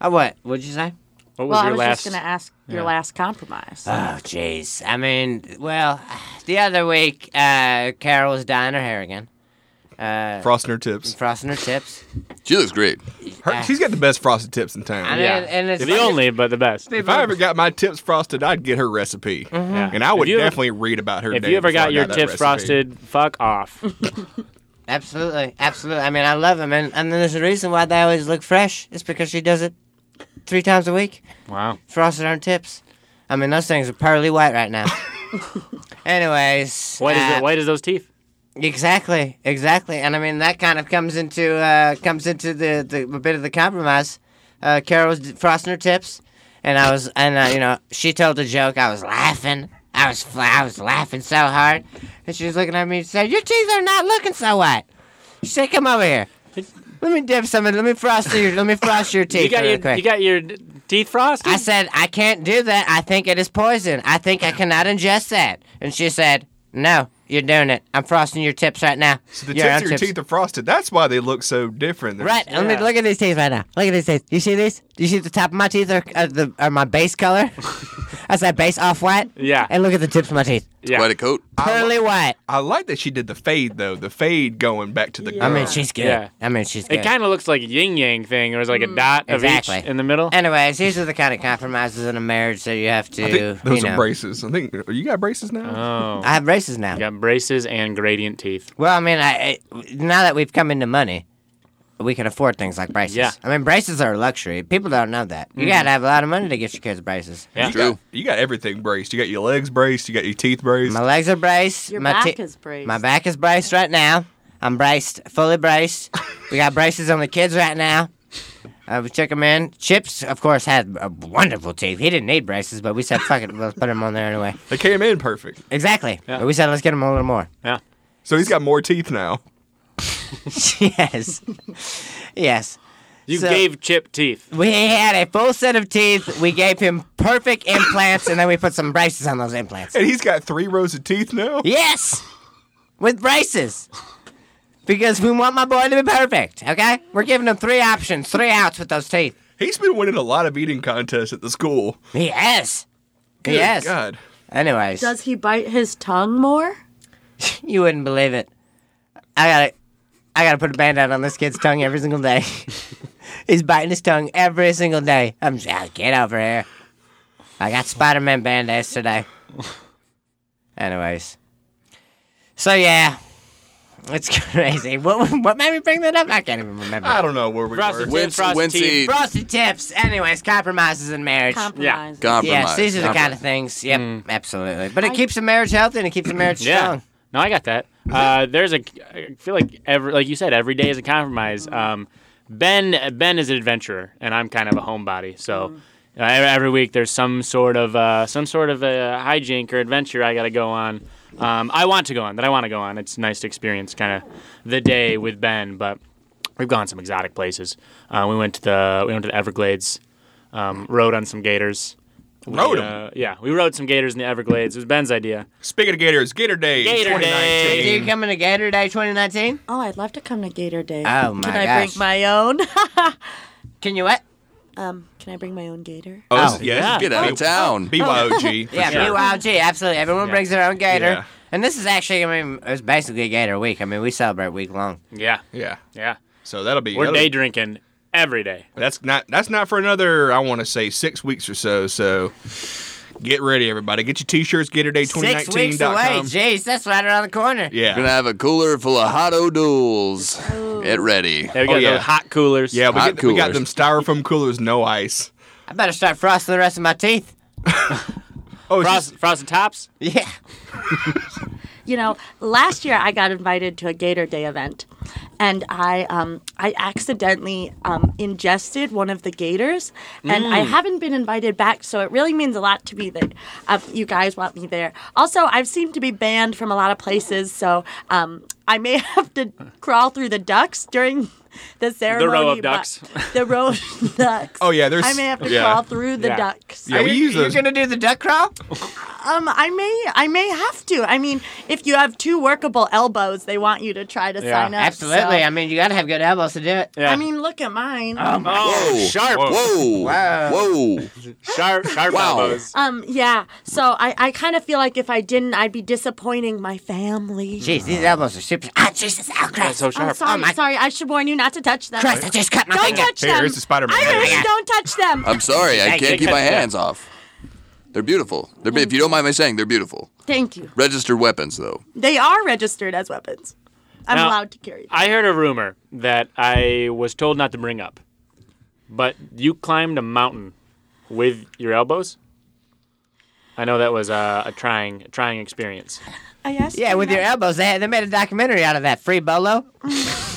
Speaker 4: Oh, what? What'd you say?
Speaker 3: what was
Speaker 5: well, I
Speaker 3: your
Speaker 5: was
Speaker 3: last?
Speaker 5: just gonna ask your last compromise.
Speaker 4: Oh, jeez. I mean, well, the other week, uh, Carol was dyeing her hair again, Uh,
Speaker 2: Frosting her tips.
Speaker 4: frosting her tips.
Speaker 1: She looks great.
Speaker 2: Her, she's got the best frosted tips in town.
Speaker 4: I mean,
Speaker 3: Yeah.
Speaker 4: and it's
Speaker 3: the only, but the best.
Speaker 2: if I ever got my tips frosted, I'd get her recipe,
Speaker 4: mm-hmm.
Speaker 3: Yeah.
Speaker 2: and I
Speaker 3: Mm-hmm. If
Speaker 2: would
Speaker 3: you ever-
Speaker 2: definitely read about her.
Speaker 3: If
Speaker 2: day
Speaker 3: you ever
Speaker 2: before I
Speaker 3: got your
Speaker 2: that recipe.
Speaker 3: tips frosted, fuck off.
Speaker 4: Absolutely, absolutely. I mean, I love them, and and there's a reason why they always look fresh. It's because she does it three times a week,
Speaker 3: wow.
Speaker 4: frosted on tips. I mean, those things are pearly white right now. Anyways,
Speaker 3: Why does
Speaker 4: uh,
Speaker 5: Ah.
Speaker 3: it? Why does those teeth?
Speaker 4: Exactly, exactly, and I mean that kind of comes into uh, comes into the, the a bit of the compromise. Uh, Carol was d- frosting her tips, and I was and uh, you know she told a joke. I was laughing. I was fla- I was laughing so hard, and she was looking at me and said, "Your teeth are not looking so white." She said, "Come over here. Let me dip some. in- Let me frost your let me frost your teeth
Speaker 3: You got
Speaker 4: real
Speaker 3: your
Speaker 4: quick."
Speaker 3: you got your d- teeth frosted.
Speaker 4: I said, I can't do that. I think it is poison. I think I cannot ingest that. And she said, No, you're doing it. I'm frosting your tips right now.
Speaker 2: So the
Speaker 4: You're
Speaker 2: tips
Speaker 4: on
Speaker 2: of your teeth are frosted. That's why they look so different. They're-
Speaker 4: Right, let
Speaker 3: Yeah.
Speaker 4: me look at these teeth right now. Look at these teeth. You see these? You see the top of my teeth are, are, the, are my base color? That's that base off white.
Speaker 3: Yeah.
Speaker 4: And look at the tips of my teeth.
Speaker 3: yeah.
Speaker 1: Quite a coat.
Speaker 4: Pearly white.
Speaker 2: I like that she did the fade though. The fade going back to the.
Speaker 5: Yeah.
Speaker 4: I
Speaker 2: girl.
Speaker 4: mean, she's good.
Speaker 3: Yeah.
Speaker 4: I mean, she's good.
Speaker 3: It kind of looks like a yin yang thing, or it's
Speaker 5: Mm.
Speaker 3: like a dot of each
Speaker 4: Exactly.
Speaker 3: in the middle.
Speaker 4: Anyways, these are the kind of compromises in a marriage that you have to.
Speaker 2: I think those
Speaker 4: you
Speaker 2: are
Speaker 4: know.
Speaker 2: braces. I think you got braces now.
Speaker 3: oh,
Speaker 4: I have braces now.
Speaker 3: you got braces and gradient teeth.
Speaker 4: Well, I mean, I, I now that we've come into money, we can afford things like braces.
Speaker 3: Yeah. Mm-hmm.
Speaker 4: I mean, braces are a luxury. People don't know that. You gotta have a lot of money to get your kids braces.
Speaker 3: Yeah.
Speaker 1: True.
Speaker 2: you got everything braced. You got your legs braced. You got your teeth braced.
Speaker 4: My legs are braced.
Speaker 5: your
Speaker 4: my
Speaker 5: back
Speaker 4: te-
Speaker 5: is braced.
Speaker 4: My back is braced right now. I'm braced, fully braced. we got braces on the kids right now. Uh, we took him in. Chips, of course, had uh, wonderful teeth. He didn't need braces, but we said, "Fuck it, let's put him on there anyway."
Speaker 2: They came in perfect.
Speaker 4: Exactly. But we said, "Let's get him a little more."
Speaker 3: Yeah.
Speaker 2: So he's got more teeth now.
Speaker 4: yes, yes.
Speaker 3: You
Speaker 4: So-
Speaker 3: gave Chip teeth.
Speaker 4: We had a full set of teeth. We gave him perfect implants, and then we put some braces on those implants.
Speaker 2: And he's got three rows of teeth now.
Speaker 4: Yes, with braces, because we want my boy to be perfect. Okay, we're giving him three options, three outs with those teeth.
Speaker 2: He's been winning a lot of eating contests at the school.
Speaker 4: Yes,
Speaker 2: Good
Speaker 4: yes.
Speaker 2: God.
Speaker 4: Anyways,
Speaker 5: Does he bite his tongue more?
Speaker 4: you wouldn't believe it. I gotta, I gotta put a band-aid on this kid's tongue every single day. He's biting his tongue every single day. I'm just, "Ah, get over here. I got Spider-Man band-aids today. Anyways, so yeah, it's crazy. What what made me bring that up? I can't even
Speaker 2: I
Speaker 4: remember.
Speaker 2: don't know where we
Speaker 3: Frosted
Speaker 2: were.
Speaker 3: Teeth.
Speaker 1: Wince,
Speaker 3: frosted
Speaker 1: Wincy,
Speaker 4: Frosted tips. Anyways, compromises in marriage.
Speaker 5: Compromise.
Speaker 1: compromise.
Speaker 4: Yes, these are the kind of things. Yep, absolutely. But it keeps the marriage healthy and it keeps the marriage strong.
Speaker 3: No, I got that. Uh, there's a. I feel like every, like you said, every day is a compromise. Um, ben Ben is an adventurer, and I'm kind of a homebody, so Uh, ev- every week there's some sort of uh, some sort of a hijink or adventure I got to go on. Um, I want to go on that I want to go on. It's nice to experience kind of the day with Ben, but we've gone some exotic places. Uh, we went to the we went to the Everglades, um, rode on some gators. We,
Speaker 2: Rode 'em?
Speaker 3: uh, yeah, we rode some gators in the Everglades. It was Ben's idea.
Speaker 2: Speaking of Gators, Gator Day
Speaker 3: Gator Day.
Speaker 4: Do you
Speaker 2: 2019.
Speaker 4: coming to Gator Day 2019?
Speaker 5: Oh, I'd love to come to Gator Day.
Speaker 4: Oh, my
Speaker 5: Can I
Speaker 4: gosh.
Speaker 5: bring my own?
Speaker 4: Can you what?
Speaker 5: um, can I bring my own gator?
Speaker 2: Oh, this
Speaker 4: Oh,
Speaker 2: is- yeah.
Speaker 3: yeah.
Speaker 2: this
Speaker 1: Get
Speaker 2: is
Speaker 1: out of town.
Speaker 2: BYOG. for
Speaker 4: Yeah,
Speaker 2: sure.
Speaker 4: BYOG, absolutely. Everyone
Speaker 3: Yeah.
Speaker 4: brings their own gator.
Speaker 2: Yeah.
Speaker 4: And this is actually, I mean, it's basically Gator Week. I mean, we celebrate week long.
Speaker 3: Yeah,
Speaker 2: Yeah.
Speaker 3: yeah.
Speaker 2: So that'll be.
Speaker 3: We're
Speaker 2: that'll be-
Speaker 3: day drinking every day.
Speaker 2: That's not. That's not for another. I want to say six weeks or so. So get ready, everybody. Get your t-shirts. Gator Day
Speaker 4: Six weeks away.
Speaker 2: 2019.com.
Speaker 4: Jeez, that's right around the corner.
Speaker 1: We're gonna
Speaker 2: Yeah.
Speaker 1: have a cooler full of hot duels. Get ready.
Speaker 3: There we got
Speaker 2: Oh, yeah.
Speaker 3: those hot coolers.
Speaker 2: Yeah, we,
Speaker 1: Hot
Speaker 2: get, we got
Speaker 1: coolers.
Speaker 2: them styrofoam coolers, no ice.
Speaker 4: I better start frosting the rest of my teeth.
Speaker 2: Oh, it's
Speaker 3: Frost, frosted tops.
Speaker 4: Yeah.
Speaker 5: You know, last year I got invited to a Gator Day event, and I um, I accidentally um, ingested one of the gators, and I haven't been invited back. So it really means a lot to me that uh, you guys want me there. Also, I've seemed to be banned from a lot of places, so um, I may have to crawl through the ducks during. The ceremony,
Speaker 3: of
Speaker 5: but-
Speaker 3: ducks.
Speaker 5: The row of ducks.
Speaker 2: Oh, yeah, there's-
Speaker 5: I may have to
Speaker 2: yeah.
Speaker 5: crawl through the
Speaker 3: Yeah.
Speaker 5: ducks.
Speaker 2: Yeah,
Speaker 4: Are
Speaker 2: we
Speaker 4: you,
Speaker 2: use
Speaker 4: you're
Speaker 2: those.
Speaker 4: gonna do the duck crawl?
Speaker 5: Um, I may, I may have to. I mean, if you have two workable elbows, they want you to try to
Speaker 3: Yeah.
Speaker 5: sign up.
Speaker 4: Absolutely.
Speaker 5: so-
Speaker 4: I mean, you gotta have good elbows to do it.
Speaker 3: Yeah.
Speaker 5: I mean, look at mine.
Speaker 4: Um.
Speaker 3: oh, sharp,
Speaker 1: Whoa!
Speaker 4: Wow.
Speaker 1: Whoa!
Speaker 3: sharp, sharp
Speaker 1: Wow.
Speaker 3: elbows.
Speaker 5: Um, yeah. So I, I kind of feel like if I didn't, I'd be disappointing my family.
Speaker 4: Jeez, these elbows are super. Ah, Jesus, oh,
Speaker 3: That's
Speaker 4: Christ.
Speaker 3: so
Speaker 5: I'm
Speaker 3: sharp.
Speaker 5: sorry,
Speaker 4: my-
Speaker 5: sorry. I should warn you not to touch them.
Speaker 4: Christ, I just cut my
Speaker 5: Don't
Speaker 4: finger.
Speaker 5: touch
Speaker 2: Here,
Speaker 5: them.
Speaker 2: here's the Spider-Man.
Speaker 5: Iris, don't touch
Speaker 4: Um.
Speaker 5: them.
Speaker 1: I'm sorry, I
Speaker 4: Hey,
Speaker 1: can't
Speaker 4: take
Speaker 1: keep
Speaker 4: that
Speaker 1: my
Speaker 3: step.
Speaker 1: hands off. They're beautiful. They're be- if you don't mind my saying, they're beautiful.
Speaker 5: Thank you.
Speaker 1: Registered weapons, though.
Speaker 5: They are registered as weapons. I'm
Speaker 3: Now-
Speaker 5: allowed to carry them.
Speaker 3: I heard a rumor that I was told not to bring up, but you climbed a mountain with your elbows. I know that was uh, a trying, trying experience.
Speaker 5: I asked
Speaker 4: Yeah,
Speaker 5: you
Speaker 4: with your
Speaker 5: not-
Speaker 4: elbows. They, they made a documentary out of that. Free Bolo.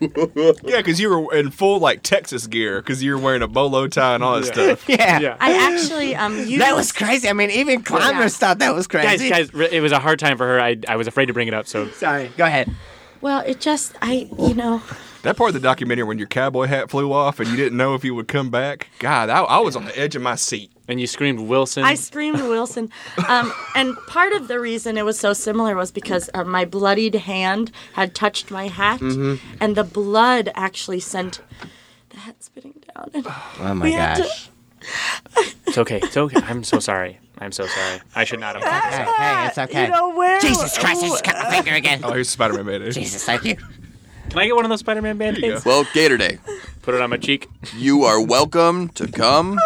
Speaker 2: Yeah, because you were in full like Texas gear because you were wearing a bolo tie and all that stuff.
Speaker 4: Yeah.
Speaker 3: Yeah,
Speaker 5: I actually um used
Speaker 4: That was crazy. I mean, even climbers thought that was
Speaker 3: guys,
Speaker 4: crazy.
Speaker 3: guys, re- it was a hard time for her. I, I was afraid to bring it up, so
Speaker 4: Sorry. Go ahead.
Speaker 5: well. It just I you know
Speaker 2: That part of the documentary when your cowboy hat flew off and you didn't know if you would come back. God, I, I was on the edge of my seat.
Speaker 3: and you screamed Wilson.
Speaker 5: I screamed Wilson. Um, and part of the reason it was so similar was because uh, my bloodied hand had touched my hat,
Speaker 3: Mm-hmm.
Speaker 5: and the blood actually sent the hat spinning down. And
Speaker 4: Oh my
Speaker 5: we had to.
Speaker 4: gosh.
Speaker 3: it's okay. It's okay. I'm so sorry. I'm so sorry. I should not have. done
Speaker 4: Hey,
Speaker 3: this.
Speaker 4: hey, it's okay.
Speaker 5: You know where?
Speaker 4: Jesus Christ, I just cut my finger again.
Speaker 2: Oh, here's Spider Man made
Speaker 4: Jesus, thank you.
Speaker 3: Can I get one of those Spider-Man band-aids?
Speaker 1: Well, Gator Day,
Speaker 3: Put it on my cheek.
Speaker 1: you are welcome to come,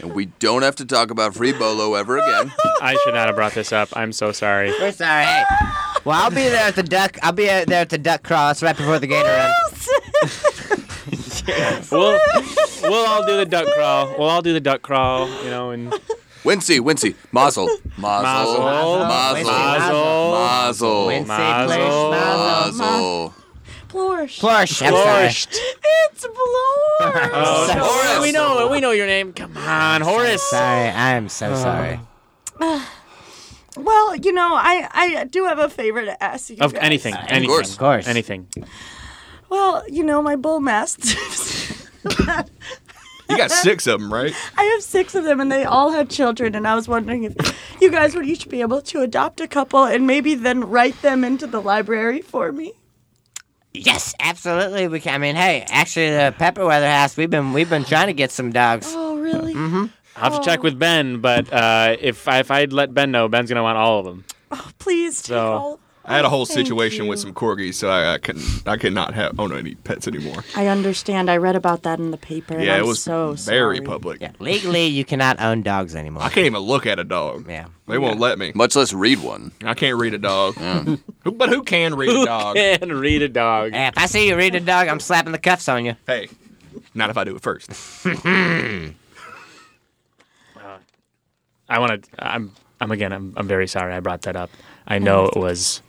Speaker 1: and we don't have to talk about free bolo ever again.
Speaker 3: I should not have brought this up. I'm so sorry.
Speaker 4: We're sorry. Hey. Well, I'll be there at the duck. I'll be out there at the duck cross right before the gator run.
Speaker 3: We'll we'll all do the duck crawl. We'll all do the duck crawl. You know, and
Speaker 1: Wincy, Wincy, Mazel, Mazel,
Speaker 3: Mazel.
Speaker 1: Mazel, Mazel,
Speaker 4: Wincy,
Speaker 3: Mazel.
Speaker 4: Plish,
Speaker 1: Mazel.
Speaker 5: Plorsh.
Speaker 4: Plush. I'm sorry.
Speaker 5: It's Plorsh.
Speaker 3: Oh,
Speaker 4: I'm so
Speaker 1: Horace.
Speaker 3: we know we know your name. Come on, Horace.
Speaker 4: Sorry, I am so sorry.
Speaker 5: well, you know, I, I do have a favor to ask you.
Speaker 3: Of
Speaker 5: guys.
Speaker 3: anything, anything,
Speaker 1: course. Of
Speaker 4: course.
Speaker 3: anything.
Speaker 5: Well, you know, my bull mastiffs.
Speaker 2: You got six of them, right?
Speaker 5: I have six of them, and they all have children. And I was wondering if you guys would each be able to adopt a couple and maybe then write them into the library for me.
Speaker 4: Yes, absolutely. We can. I mean, hey, actually, the Pepperweather House. We've been we've been trying to get some dogs.
Speaker 5: Oh, really?
Speaker 2: Mm-hmm.
Speaker 3: I'll have to check with Ben, but uh, if I, if I'd let Ben know, Ben's gonna want all of them.
Speaker 5: Oh, Please. Take
Speaker 3: So-
Speaker 5: all.
Speaker 2: I had a whole
Speaker 5: Oh, Thank
Speaker 2: situation with
Speaker 5: you.
Speaker 2: some corgis, so I, I couldn't. I could not have own any pets anymore.
Speaker 5: I understand. I read about that in the paper. and
Speaker 2: Yeah,
Speaker 5: I'm
Speaker 2: it was
Speaker 5: so
Speaker 2: very
Speaker 5: sorry.
Speaker 2: public.
Speaker 4: Yeah, legally, you cannot own dogs anymore.
Speaker 2: I can't even look at a dog.
Speaker 4: Yeah.
Speaker 2: They won't let me.
Speaker 1: Much less read one.
Speaker 2: I can't read a dog. Who- but who can read a dog?
Speaker 3: Can read a dog.
Speaker 4: Hey, if I see you read a dog, I'm slapping the cuffs on you.
Speaker 2: Hey, not if I do it first.
Speaker 3: I want to. I'm. I'm again. I'm. I'm very sorry. I brought that up. I know it was.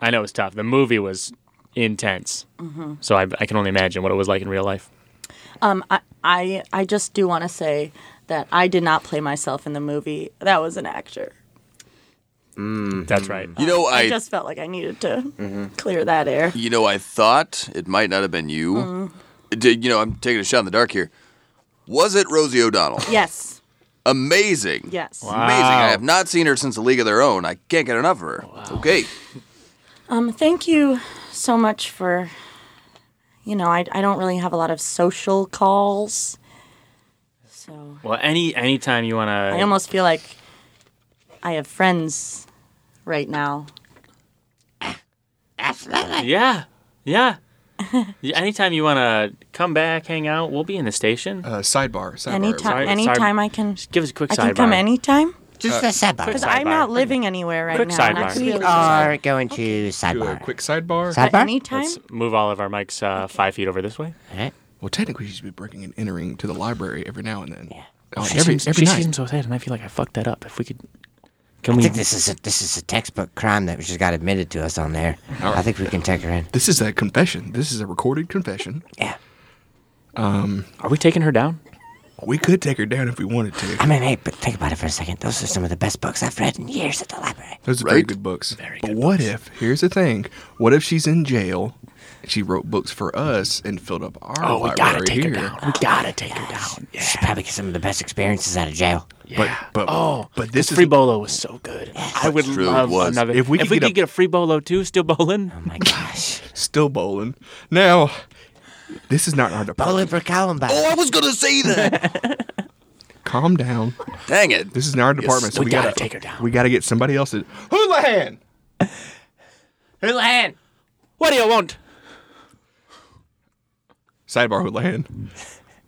Speaker 3: I know it was Mm-hmm. tough. The movie was intense. So I, I can only imagine what it was like in real life.
Speaker 5: Um, I, I, I just do want to say that I did not play myself in the movie. That was an actor.
Speaker 3: That's right.
Speaker 1: You know,
Speaker 5: I,
Speaker 1: I,
Speaker 5: just felt like I needed to
Speaker 2: Mm-hmm.
Speaker 5: clear that air.
Speaker 1: you know, I thought it might not have been you.
Speaker 5: Mm-hmm.
Speaker 1: Did you know? I'm taking a shot in the dark here. Was it Rosie O'Donnell?
Speaker 5: Yes.
Speaker 1: Amazing.
Speaker 5: Yes.
Speaker 1: Amazing. I have not seen her since The League of Their Own. I can't get enough of her. Okay.
Speaker 5: Um, thank you so much for. You know, I, I don't really have a lot of social calls, so
Speaker 3: Well, any anytime you want
Speaker 5: I
Speaker 3: to.
Speaker 5: almost feel like I have friends right now.
Speaker 3: Yeah, yeah. Yeah, anytime you want to come back, hang out, we'll be in the station.
Speaker 2: Uh, sidebar. sidebar.
Speaker 5: Anytime,
Speaker 3: sorry.
Speaker 5: anytime I can,
Speaker 3: Give us a quick
Speaker 5: I can
Speaker 3: sidebar.
Speaker 5: come anytime
Speaker 4: Just a sidebar.
Speaker 3: quick
Speaker 5: because I'm
Speaker 3: Sidebar.
Speaker 5: not living anywhere right
Speaker 3: Quick
Speaker 5: now. and I
Speaker 3: sidebar.
Speaker 5: could
Speaker 3: We
Speaker 5: really
Speaker 4: We
Speaker 5: use
Speaker 4: are going to
Speaker 2: Do a
Speaker 4: sidebar.
Speaker 2: quick sidebar.
Speaker 5: it
Speaker 4: sidebar?
Speaker 5: Anytime.
Speaker 3: Let's move all of our mics uh, five feet over this way.
Speaker 4: All right.
Speaker 2: Well, technically, you should be breaking and entering to the library every now and then. Yeah.
Speaker 3: She
Speaker 2: every
Speaker 3: seems,
Speaker 2: every
Speaker 3: she
Speaker 2: night.
Speaker 3: seems so sad, and I feel like I fucked that up. If we could, can
Speaker 4: I
Speaker 3: we?
Speaker 4: think this is a this is a textbook crime that just got admitted to us on there. I think we can take her in.
Speaker 2: This is a confession. This is a recorded confession.
Speaker 4: Yeah.
Speaker 3: Are we taking her down?
Speaker 2: We could take her down if we wanted to.
Speaker 4: I mean, hey, but think about it for a second. Those are some of the best books I've read in years at the library.
Speaker 2: Those are very
Speaker 1: Right?
Speaker 2: good books. but what if? Here's the thing. What if she's in jail? and She wrote books for us and filled up our
Speaker 3: Oh, we
Speaker 2: library
Speaker 3: gotta take
Speaker 2: here.
Speaker 3: her down. We gotta take her down. Yeah.
Speaker 4: She probably gets some of the best experiences out of jail.
Speaker 2: But but
Speaker 3: Oh,
Speaker 2: but this is
Speaker 3: free bolo was so good. I would
Speaker 1: True, it
Speaker 3: love
Speaker 1: was.
Speaker 3: another.
Speaker 2: If we could get a-
Speaker 3: get a free bolo too, still bowling.
Speaker 4: Oh my gosh.
Speaker 2: still bowling. Now, this is not our department.
Speaker 4: Bowling for Columbine.
Speaker 1: Oh, I was gonna say that.
Speaker 2: Calm down.
Speaker 1: Dang it.
Speaker 2: This is not our department. so
Speaker 3: we
Speaker 2: we gotta,
Speaker 3: gotta take her down.
Speaker 2: We gotta get somebody else. To, Houlihan.
Speaker 4: Houlihan!
Speaker 3: What do you want?
Speaker 2: Sidebar Houlihan.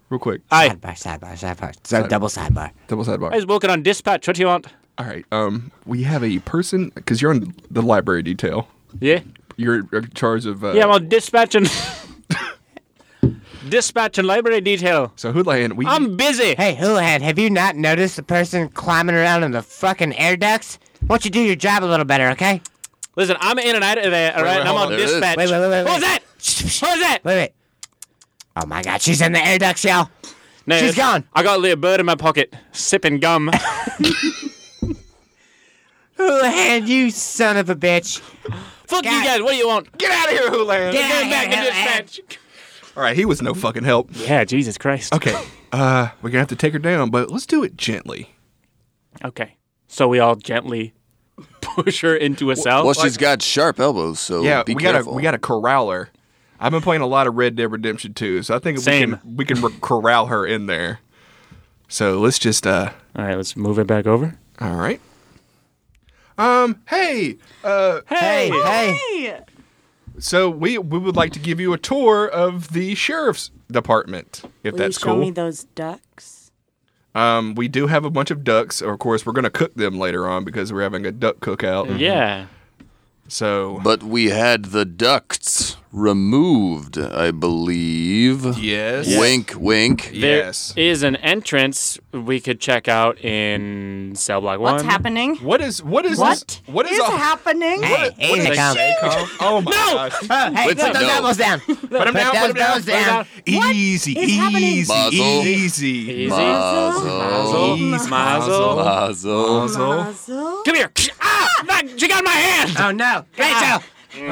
Speaker 2: Real quick.
Speaker 3: I
Speaker 4: Sidebar, sidebar, sidebar. So double sidebar.
Speaker 2: Double sidebar.
Speaker 3: I was working on dispatch. What do you want?
Speaker 2: All right. Um, we have a person because you're on the library detail.
Speaker 3: Yeah.
Speaker 2: You're in charge of. Uh,
Speaker 3: Yeah, I'm on dispatch and dispatch and library detail.
Speaker 2: so Houlihan, we
Speaker 3: I'm busy.
Speaker 4: Hey, Houlihan, have you not noticed the person climbing around in the fucking air ducts? Why don't you do your job a little better, okay?
Speaker 3: Listen, I'm in and out of there. All right, and I'm
Speaker 1: on.
Speaker 2: hold
Speaker 3: on
Speaker 1: There it is.
Speaker 3: dispatch.
Speaker 4: Wait, wait, wait, wait,
Speaker 3: What was that?
Speaker 4: wait.
Speaker 3: What was that?
Speaker 4: Wait, wait. Oh my god, she's in the air ducts, y'all.
Speaker 3: No,
Speaker 4: She's
Speaker 3: it's-
Speaker 4: gone.
Speaker 3: I got a little bird in my pocket, sipping gum.
Speaker 4: Houlihan, you son of a bitch.
Speaker 3: Fuck you
Speaker 4: God.
Speaker 3: guys. What do you want?
Speaker 2: get out of here, Houlihan.
Speaker 4: Get
Speaker 3: Get
Speaker 4: out
Speaker 3: back
Speaker 4: of
Speaker 3: to
Speaker 4: here, Houlihan.
Speaker 3: dispatch.
Speaker 2: All right, he was no fucking help.
Speaker 3: Yeah, Jesus Christ.
Speaker 2: Okay. Uh, we're gonna have to take her down, but let's do it gently.
Speaker 3: Okay. So we all gently push her into a cell.
Speaker 1: Well, she's got sharp elbows, so
Speaker 2: Oh, Yeah,
Speaker 1: be
Speaker 2: we
Speaker 1: careful.
Speaker 2: gotta we gotta corral her. I've been playing a lot of Red Dead Redemption 2, so I think
Speaker 3: Same.
Speaker 2: we can we can corral her in there. So let's just uh.
Speaker 3: all right, let's move it back over.
Speaker 2: All right. Um. Hey. Uh.
Speaker 4: Hey, hey.
Speaker 5: Hey,
Speaker 2: So we we would like to give you a tour of the sheriff's department, if
Speaker 5: will
Speaker 2: that's
Speaker 5: you show me
Speaker 2: cool.
Speaker 5: those ducks?
Speaker 2: um, we do have a bunch of ducks. Of course, we're gonna cook them later on because we're having a duck cookout.
Speaker 3: Mm-hmm. Yeah.
Speaker 2: So
Speaker 1: But we had the ducts removed, I believe.
Speaker 2: yes,
Speaker 1: Wink, wink.
Speaker 3: There
Speaker 2: yes.
Speaker 3: is an entrance we could check out in cell block one.
Speaker 5: What's happening?
Speaker 2: What is what is
Speaker 5: What
Speaker 2: This, what is, all-
Speaker 5: happening?
Speaker 4: Hey,
Speaker 2: what
Speaker 4: here
Speaker 2: is
Speaker 4: they come.
Speaker 2: Jacob? Oh my gosh!
Speaker 4: Oh, hey,
Speaker 1: Wait,
Speaker 4: put
Speaker 1: so
Speaker 4: those
Speaker 1: no.
Speaker 4: elbows down.
Speaker 2: Put him down.
Speaker 4: those
Speaker 2: Put him down.
Speaker 4: elbows down.
Speaker 2: Easy,
Speaker 5: is happening?
Speaker 2: easy,
Speaker 1: Muzzle.
Speaker 2: easy.
Speaker 3: Easy.
Speaker 1: Mazel.
Speaker 2: Easy.
Speaker 3: Mazel.
Speaker 1: Oh, Mazel.
Speaker 2: Muzzle.
Speaker 5: Mazel.
Speaker 3: Come here. Ah! Not- She got my hand.
Speaker 4: Oh no, Rachel.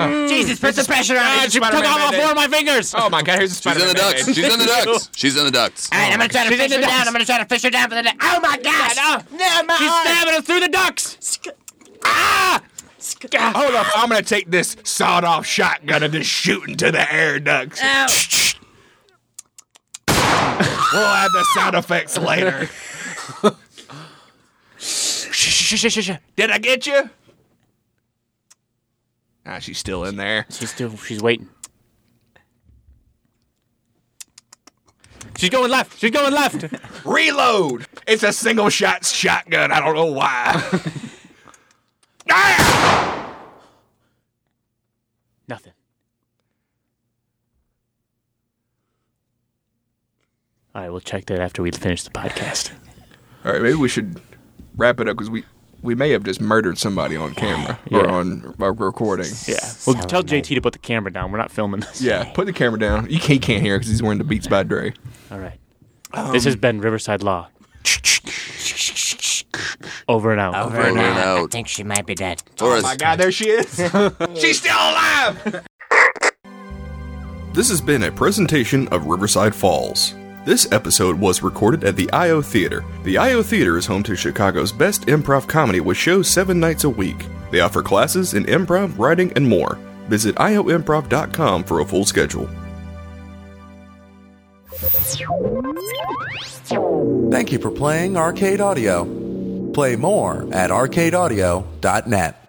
Speaker 4: Oh, Jesus, put some pressure on
Speaker 3: Ah,
Speaker 4: her.
Speaker 3: she took off all
Speaker 2: Band-Aid.
Speaker 3: four of my fingers.
Speaker 2: Oh my god! Here's a
Speaker 1: She's
Speaker 2: spider.
Speaker 1: in the ducks. She's in the ducks. She's in the ducks.
Speaker 4: All right, I'm gonna try to
Speaker 3: She's in
Speaker 4: fish her
Speaker 3: the
Speaker 4: down.
Speaker 3: ducks.
Speaker 4: I'm gonna try to fish her down for the day. Oh my gosh!
Speaker 3: Ah,
Speaker 4: No, my
Speaker 3: She's
Speaker 4: arm.
Speaker 3: stabbing us through the ducks. Ah!
Speaker 2: Hold up, I'm gonna take this sawed-off shotgun and just shoot into the air ducts.
Speaker 4: Ow.
Speaker 2: We'll add the sound effects later.
Speaker 3: Shh, shh, shh, shh, shh.
Speaker 2: Did I get you? Ah, she's still in there.
Speaker 3: She's still. She's waiting. She's going left. She's going left.
Speaker 2: Reload. It's a single shot shotgun. I don't know why. Ah!
Speaker 3: Nothing. All right, we'll check that after we finish the podcast.
Speaker 2: All right, maybe we should wrap it up because we
Speaker 6: we may have just murdered somebody on camera or on our recording.
Speaker 3: Yeah. Well, tell JT to put the camera down. We're not filming this.
Speaker 6: Yeah, put the camera down. You can't, he can't hear because he's wearing the Beats by Dre.
Speaker 3: All right. this has been Riverside Law. Over and out.
Speaker 1: Over and
Speaker 4: I
Speaker 1: out.
Speaker 4: think she might be dead.
Speaker 2: Oh
Speaker 1: Or as-
Speaker 6: God, there she is. She's still alive.
Speaker 2: This has been a presentation of Riverside Falls. This episode was recorded at the IO Theater. The IO Theater is home to Chicago's best improv comedy with shows seven nights a week. They offer classes in improv, writing, and more. Visit ioimprov.com for a full schedule.
Speaker 7: Thank you for playing Arcade Audio. Play more at arcadeaudio.net.